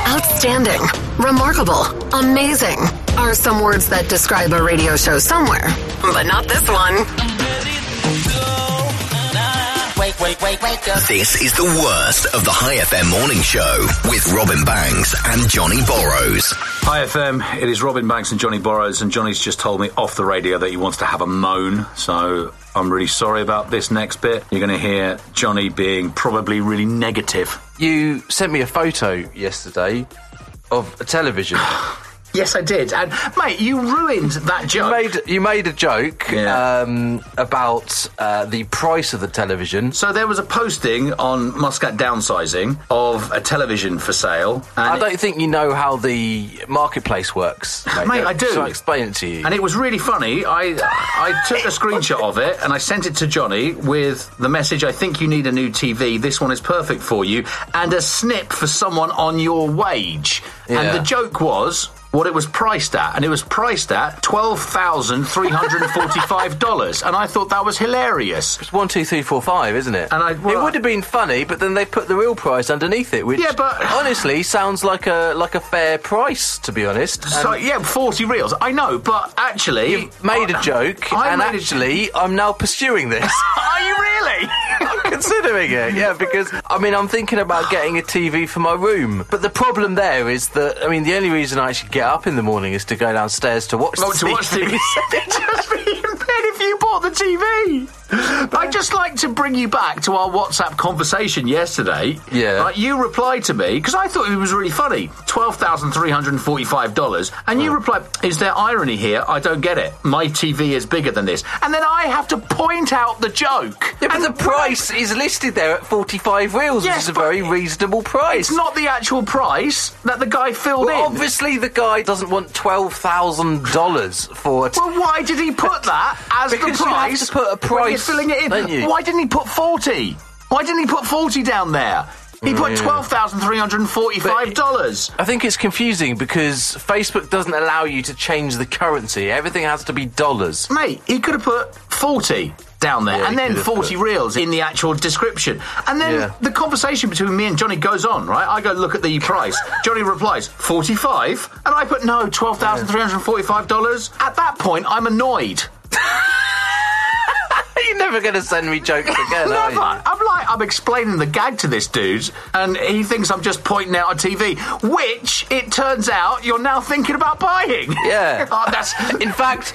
S1: Outstanding, remarkable, amazing are some words that describe a radio show somewhere, but not this one.
S5: This is the worst of the High FM morning show with Robin Banks and Johnny Borrows.
S2: Hi FM, it is Robin Banks and Johnny Borrows, and Johnny's just told me off the radio that he wants to have a moan, so I'm really sorry about this next bit. You're going to hear Johnny being probably really negative.
S3: You sent me a photo yesterday of a television.
S2: Yes, I did, and mate, you ruined that
S3: You
S2: joke.
S3: made you made a joke
S2: Yeah.
S3: um, about uh, the price of the television.
S2: so there was a posting on Muscat Downsizing of a television for sale,
S3: I
S2: and
S3: don't think you know how the marketplace works, mate.
S2: Mate, I do.
S3: So I explain it to you.
S2: And it was really funny. I I took a screenshot of it and I sent it to Johnny with the message I think you need a new TV. This one is perfect for you and a snip for someone on your wage.
S3: Yeah.
S2: And the joke was what it was priced at, and it was priced at twelve thousand three hundred and forty-five dollars, and I thought that was hilarious.
S3: It's one, two, three, four, five, isn't it?
S2: And I- well,
S3: it would have been funny, but then they put the real price underneath it, which
S2: Yeah, but-
S3: honestly sounds like a like a fair price, to be honest.
S2: So
S3: And
S2: yeah, forty reels. I know, but actually,
S3: you've made a joke,
S2: I
S3: and
S2: made a-
S3: actually, i I'm now pursuing this.
S2: Are you really?
S3: I'm considering it, yeah, because I mean, I'm thinking about getting a TV for my room. But the problem there is that, I mean, the only reason I actually get up in the morning is to go downstairs to watch
S2: Oh,
S3: the
S2: to watch TV. just be in bed if you bought the TV. I'd just like to bring you back to our WhatsApp conversation yesterday.
S3: Yeah.
S2: Like, you replied to me, because I thought it was really funny $12,345. And
S3: Hmm.
S2: you replied, Is there irony here? I don't get it. My TV is bigger than this. And then I have to point out the joke.
S3: Yeah, but
S2: and
S3: the price is listed there at 45 reals,
S2: Yes,
S3: which is a
S2: but
S3: very reasonable price.
S2: It's not the actual price that the guy filled
S3: Well,
S2: in.
S3: obviously, the guy doesn't want $12,000 for it.
S2: Well, why did he put that as
S3: Because
S2: the
S3: you have
S2: price?
S3: to put a
S2: when you're
S3: price,
S2: filling it in.
S3: don't you?
S2: Why didn't he put forty? Why didn't he put forty down there? He put twelve thousand three hundred and forty-five dollars.
S3: I think it's confusing because Facebook doesn't allow you to change the currency. Everything has to be dollars.
S2: Mate, he could have put forty down there,
S3: Yeah, he
S2: and then
S3: could have
S2: forty reels in the actual description, and then
S3: Yeah.
S2: the conversation between me and Johnny goes on. Right, I go look at the price. Johnny replies forty-five, and I put no twelve thousand three hundred forty-five dollars. At that point, I'm annoyed.
S3: You're never going to send me jokes again, are
S2: Never.
S3: you?
S2: I'm like, I'm explaining the gag to this dude, and he thinks I'm just pointing out a TV, which it turns out you're now thinking about buying.
S3: Yeah.
S2: oh, that's
S3: In fact,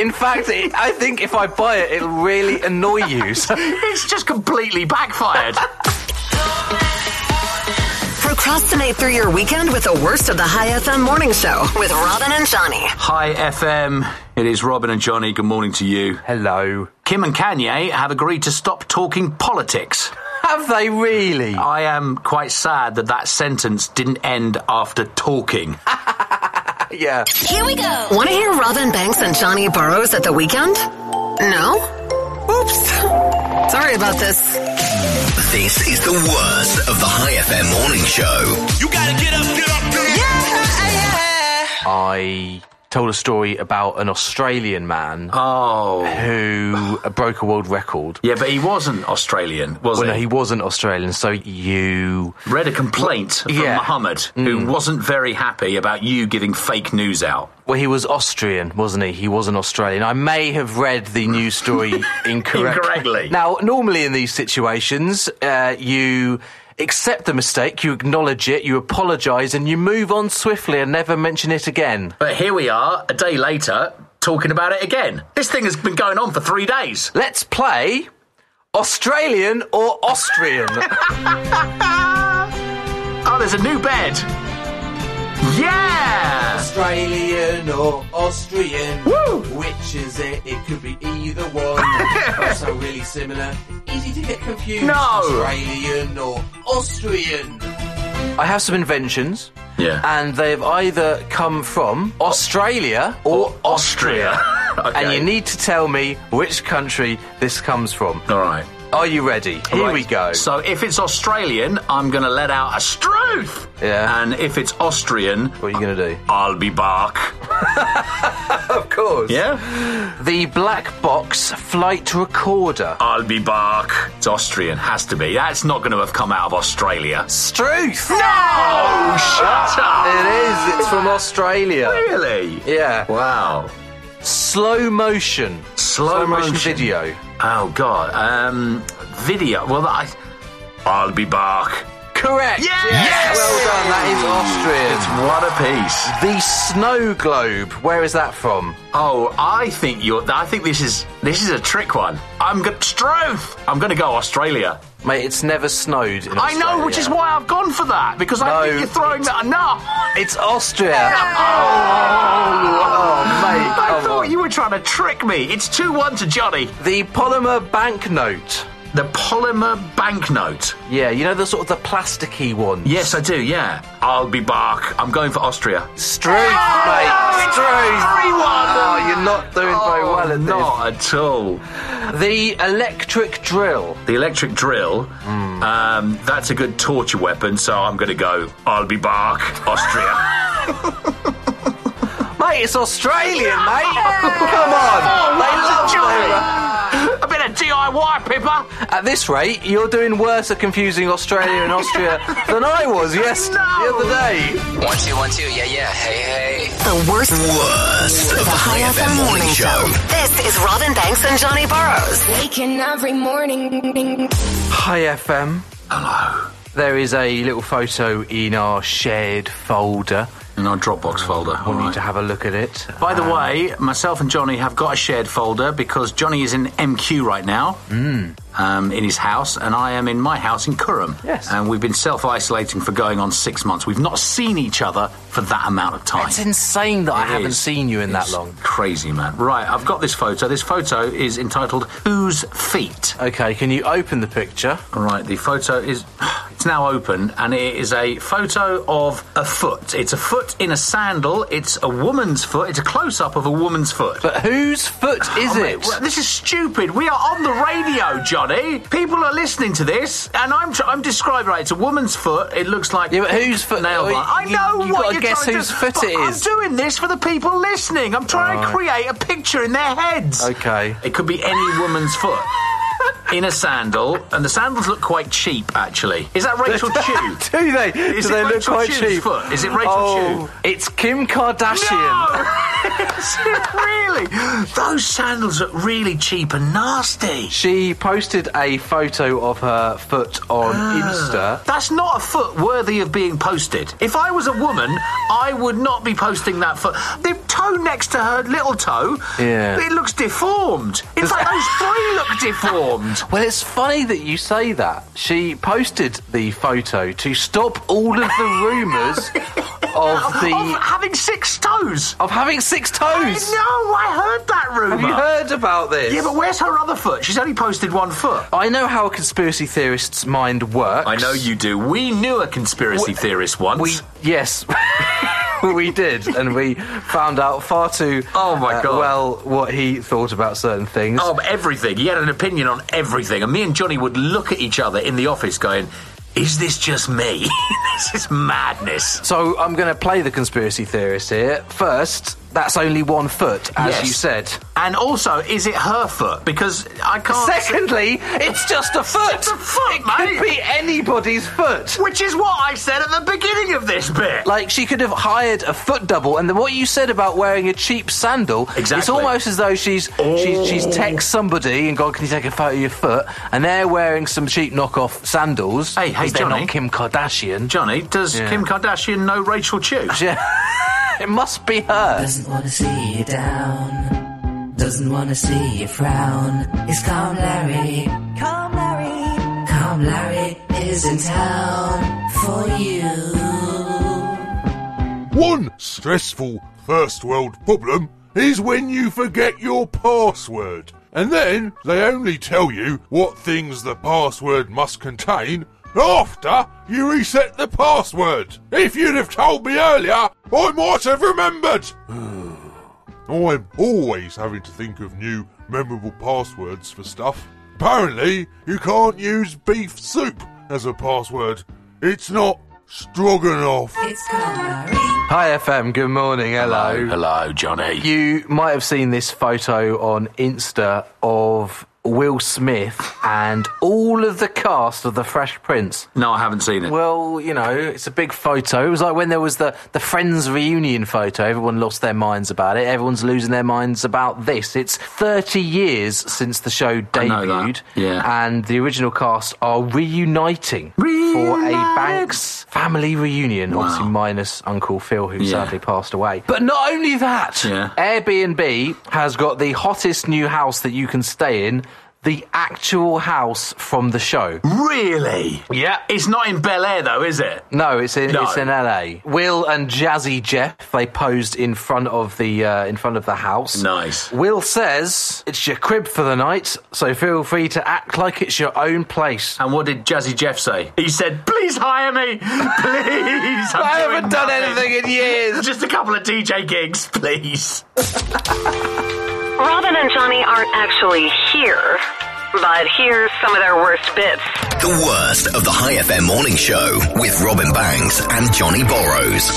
S3: in fact, it, I think if I buy it, it'll really annoy you. So
S2: it's just completely backfired.
S1: Procrastinate through your weekend with the worst of the High FM morning show with Robin and Johnny.
S2: Hi FM, it is Robin and Johnny. Good morning to you.
S3: hello.
S2: Kim and Kanye have agreed to stop talking politics.
S3: Have they really?
S2: I am quite sad that that sentence didn't end after talking.
S3: yeah.
S4: Here we go.
S1: Want to hear Robin Banks and Johnny Burrows at the weekend? No? Oops. Sorry about this.
S5: This is the worst of the High FM morning show.
S7: You gotta get up, get up, get up.
S3: I told a story about an Australian man
S2: Oh.
S3: who broke a world record.
S2: Yeah, but he wasn't Australian, was he?
S3: Well, no, he wasn't Australian, so you.
S2: read a complaint from
S3: Yeah. Mm.
S2: Muhammad, who wasn't very happy about you giving fake news out.
S3: Well, he was Austrian, wasn't he? He wasn't Australian. I may have read the news story incorrectly.
S2: Incorrectly.
S3: Now, normally in these situations, uh, you accept the mistake, you acknowledge it, you apologise, and you move on swiftly and never mention it again.
S2: But here we are, a day later, talking about it again. This thing has been going on for three days.
S3: Let's play Australian or Austrian.
S2: Oh, there's a new bed. Yeah!
S7: Australian or Austrian, which is it? It could be either one. also really similar, easy to get confused.
S2: No.
S7: Australian or Austrian.
S3: I have some inventions.
S2: Yeah.
S3: And they've either come from Australia or Austria.
S2: Okay.
S3: And you need to tell me which country this comes from.
S2: All right.
S3: Are you ready? Here
S2: Right.
S3: we go.
S2: So if it's Australian, I'm going to let out a struth.
S3: Yeah.
S2: And if it's Austrian,
S3: what are you going to do?
S2: I'll be back.
S3: Of course.
S2: Yeah?
S3: The black box flight recorder.
S2: I'll be back. It's Austrian, has to be. That's not going to have come out of Australia.
S3: Struth!
S2: No! Shut
S3: It
S2: up!
S3: is. It's from Australia.
S2: Really?
S3: Yeah.
S2: Wow.
S3: Slow motion.
S2: Slow
S3: motion,
S2: motion.
S3: video.
S2: Oh god. Um video. Well I I'll be back.
S3: Correct.
S2: Yes!
S3: Well done. That is Austrian.
S2: What a piece.
S3: The snow globe. Where is that from?
S2: Oh, I think you're I think this is this is a trick one. I'm going Struth! I'm gonna go Australia.
S3: Mate, it's never snowed in
S2: I know, which
S3: Australia.
S2: is why I've gone for that, because I
S3: No,
S2: think you're throwing that enough.
S3: It's Austria.
S2: Oh,
S3: mate,
S2: I
S3: come
S2: thought
S3: on.
S2: you were trying to trick me. It's 2 1 to Johnny.
S3: The polymer banknote.
S2: The polymer banknote.
S3: Yeah, you know the sort of the plasticky ones.
S2: Yes, I do, yeah. I'll be back. I'm going for Austria.
S3: Struth,
S2: Oh,
S3: mate. Struth. Oh, you're not doing very
S2: Oh,
S3: well at
S2: Not at all.
S3: this. The electric drill.
S2: The electric drill, Hmm. um, that's a good torture weapon, so I'm going to go, I'll be back, Austria.
S3: Mate, it's Australian, mate. Come on. They love Moira.
S2: A bit of DIY, Pippa.
S3: At this rate, you're doing worse at confusing Australia and Austria than I was yes the other day.
S11: One, two, one, two. Yeah, yeah. Hey, hey.
S1: The worst,
S5: worst
S1: of the High FM morning show. This is Robin Banks and Johnny Burrows.
S12: Waking every morning.
S3: Hi, FM.
S2: Hello.
S3: There is a little photo in our shared folder.
S2: In our Dropbox folder.
S3: We
S2: all
S3: need
S2: right.
S3: to have a look at it.
S2: By the way, myself and Johnny have got a shared folder because Johnny is in MQ right now, um, in his house, and I am in my house in Curram.
S3: Yes.
S2: And we've been self isolating for going on six months. We've not seen each other for that amount of time.
S3: It's insane that I
S2: It
S3: haven't
S2: is.
S3: seen you in that
S2: It's
S3: long.
S2: Crazy, man. Right, I've got this photo. This photo is entitled Whose Feet?
S3: Okay, can you open the picture?
S2: All right, the photo is. It's now open, and it is a photo of a foot. It's a foot in a sandal. It's a woman's foot. It's a close up of a woman's foot.
S3: But whose foot is
S2: Oh, mate,
S3: it?
S2: well, this is stupid. We are on the radio, Johnny. People are listening to this, and I'm tr- I'm describing right. It's a woman's foot. It looks like
S3: Yeah, but whose foot-
S2: Nail
S3: oh,
S2: bite. I
S3: you-
S2: know
S3: you
S2: what
S3: gotta
S2: you're
S3: guess
S2: trying
S3: whose
S2: to,
S3: foot it
S2: but
S3: is.
S2: I'm doing this for the people listening. I'm trying to create a picture in their heads.
S3: Okay.
S2: It could be any woman's foot. In a sandal, and the sandals look quite cheap, actually. Is that Rachel Chu?
S3: Do they?
S2: Is
S3: Do
S2: it
S3: they look
S2: Rachel
S3: quite
S2: Chu's
S3: cheap?
S2: foot? Is it Rachel
S3: oh, It's Kim Kardashian.
S2: No! Is it really? Those sandals look really cheap and nasty.
S3: She posted a photo of her foot on
S2: Ah.
S3: Insta.
S2: That's not a foot worthy of being posted. If I was a woman, I would not be posting that foot. The toe next to her little toe,
S3: Yeah.
S2: it looks deformed. In fact, those three look deformed.
S3: Well, it's funny that you say that. She posted the photo to stop all of the rumours of
S2: Of
S3: the
S2: having six toes.
S3: of having six
S2: No,
S3: toes.
S2: I heard that rumour.
S3: Have you heard about this?
S2: Yeah, but where's her other foot? She's only posted one foot.
S3: I know how a conspiracy theorist's mind works.
S2: I know you do. We knew a conspiracy theorist once.
S3: We yes, we did, and we found out far too uh,
S2: Oh my God.
S3: well what he thought about certain things.
S2: Oh, but everything. He had an opinion on everything. And me and Johnny would look at each other in the office going, Is this just me? this is madness.
S3: So I'm going to play the conspiracy theorist here. First, that's only one foot, as
S2: Yes.
S3: you said.
S2: And also, is it her foot? Because I can't.
S3: Secondly, it's just a foot.
S2: Oh. It's a foot,
S3: it
S2: mate.
S3: could be anybody's foot.
S2: Which is what I said at the beginning of this bit.
S3: Like she could have hired a foot double, and then what you said about wearing a cheap sandal, it's
S2: Exactly. Oh.
S3: almost as though she's she's she's text somebody and gone, "Can you take a photo of your foot?" And they're wearing some cheap knockoff sandals.
S2: Hey, hey,
S3: 'cause they're
S2: Johnny.
S3: not Kim Kardashian.
S2: Johnny, does
S3: Yeah.
S2: Kim Kardashian know Rachel Chu?
S3: It must be her.
S8: Doesn't wanna see you down. Doesn't wanna see you frown. It's Calm Larry. Calm Larry. Calm Larry is in town for you.
S9: One stressful first world problem is when you forget your password, and then they only tell you what things the password must contain after you reset the password. If you'd have told me earlier, I might have remembered. I'm always having to think of new memorable passwords for stuff. Apparently, you can't use beef soup as a password. It's not stroganoff.
S8: It's Calm Larry.
S3: Hi FM. Good morning. hello.
S2: Hello, Johnny.
S3: You might have seen this photo on Insta of Will Smith and all of the cast of The Fresh Prince.
S2: No, I haven't seen it.
S3: Well, you know, it's a big photo. It was like when there was the, the Friends reunion photo. Everyone lost their minds about it. Everyone's losing their minds about this. It's 30 years since the show
S2: know that.
S3: debuted.
S2: Yeah.
S3: And the original cast are reuniting for a
S2: Reunited.
S3: Banks family reunion. Obviously, minus Uncle Phil, who
S2: Yeah.
S3: sadly passed away. But not only that,
S2: Yeah.
S3: Airbnb has got the hottest new house that you can stay in. The actual house from the show.
S2: really?
S3: Yeah.
S2: It's not in Bel Air, though, is it?
S3: No, it's in
S2: No.
S3: it's in LA. Will and Jazzy Jeff they posed in front of the uh, in front of the house.
S2: Nice.
S3: Will says it's your crib for the night, so feel free to act like it's your own place.
S2: And what did Jazzy Jeff say? He said, Please hire me. Please. I'm
S3: I
S2: doing
S3: haven't done
S2: nothing."
S3: anything in years.
S2: Just a couple of DJ gigs, please.
S4: Robin and Johnny aren't actually here, but here's some of their worst bits.
S5: The worst of the High FM morning show with Robin Banks and Johnny Borrows.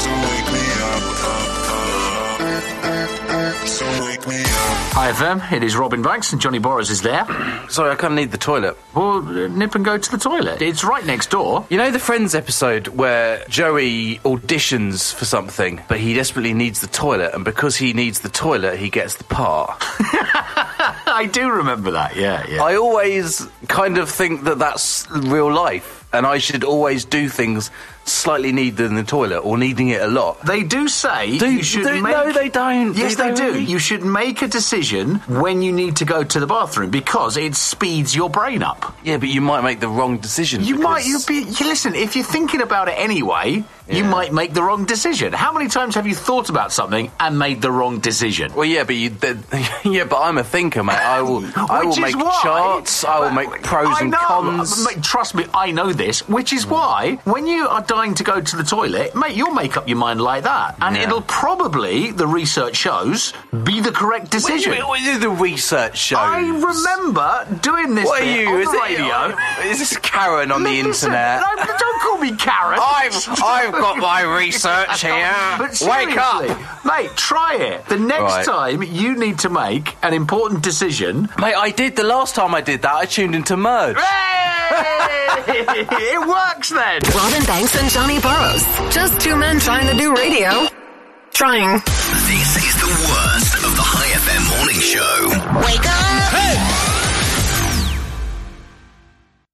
S2: Hi FM, it is Robin Banks and Johnny Borrows is there.
S3: Sorry, I kind of need the toilet.
S2: Well, nip and go to the toilet. It's right next door.
S3: You know the Friends episode where Joey auditions for something, but he desperately needs the toilet, and because he needs the toilet, he gets the part.
S2: I do remember that, yeah, yeah.
S3: I always kind of think that that's real life, and I should always do things slightly needed in the toilet or needing it a lot.
S2: They do say
S3: Do-
S2: you should
S3: do-
S2: make-
S3: no, they don't.
S2: Yes,
S3: Do
S2: they,
S3: they
S2: do.
S3: really?
S2: You should make a decision when you need to go to the bathroom because it speeds your brain up.
S3: Yeah, but you might make the wrong decision.
S2: You might.
S3: because-
S2: You be. You listen. If you're thinking about it anyway, you might make the wrong decision. How many times have you thought about something and made the wrong decision?
S3: Well, yeah, but you, th yeah, but I'm a thinker, mate. I will, I will
S2: Which is
S3: make
S2: why-
S3: charts. I will make pros
S2: I
S3: and
S2: know,
S3: cons. Hmm.
S2: Mate, trust me, I know this. Which is why, when you are dying to go to the toilet, mate, you'll make up your mind like that, and
S3: Yeah.
S2: it'll probably, the research shows, be the correct decision.
S3: What do you mean- what do the research shows?
S2: I remember doing this
S3: what are
S2: bit
S3: you?
S2: on
S3: is
S2: the
S3: it-
S2: radio.
S3: is this Karen on the
S2: Listen,
S3: internet?
S2: no, don't call me Karen.
S3: I've- I've got my research here.
S2: But
S3: Wake up.
S2: seriously, mate. Try it. The
S3: Right.
S2: next time you need to make an important decision,
S3: Mate, I did the last time I did that. I tuned into Merge.
S2: it works then.
S1: Robin Banks and Johnny Burrows. Just two men trying to do radio. Trying.
S5: This is the worst of the High FM morning show.
S1: Wake up!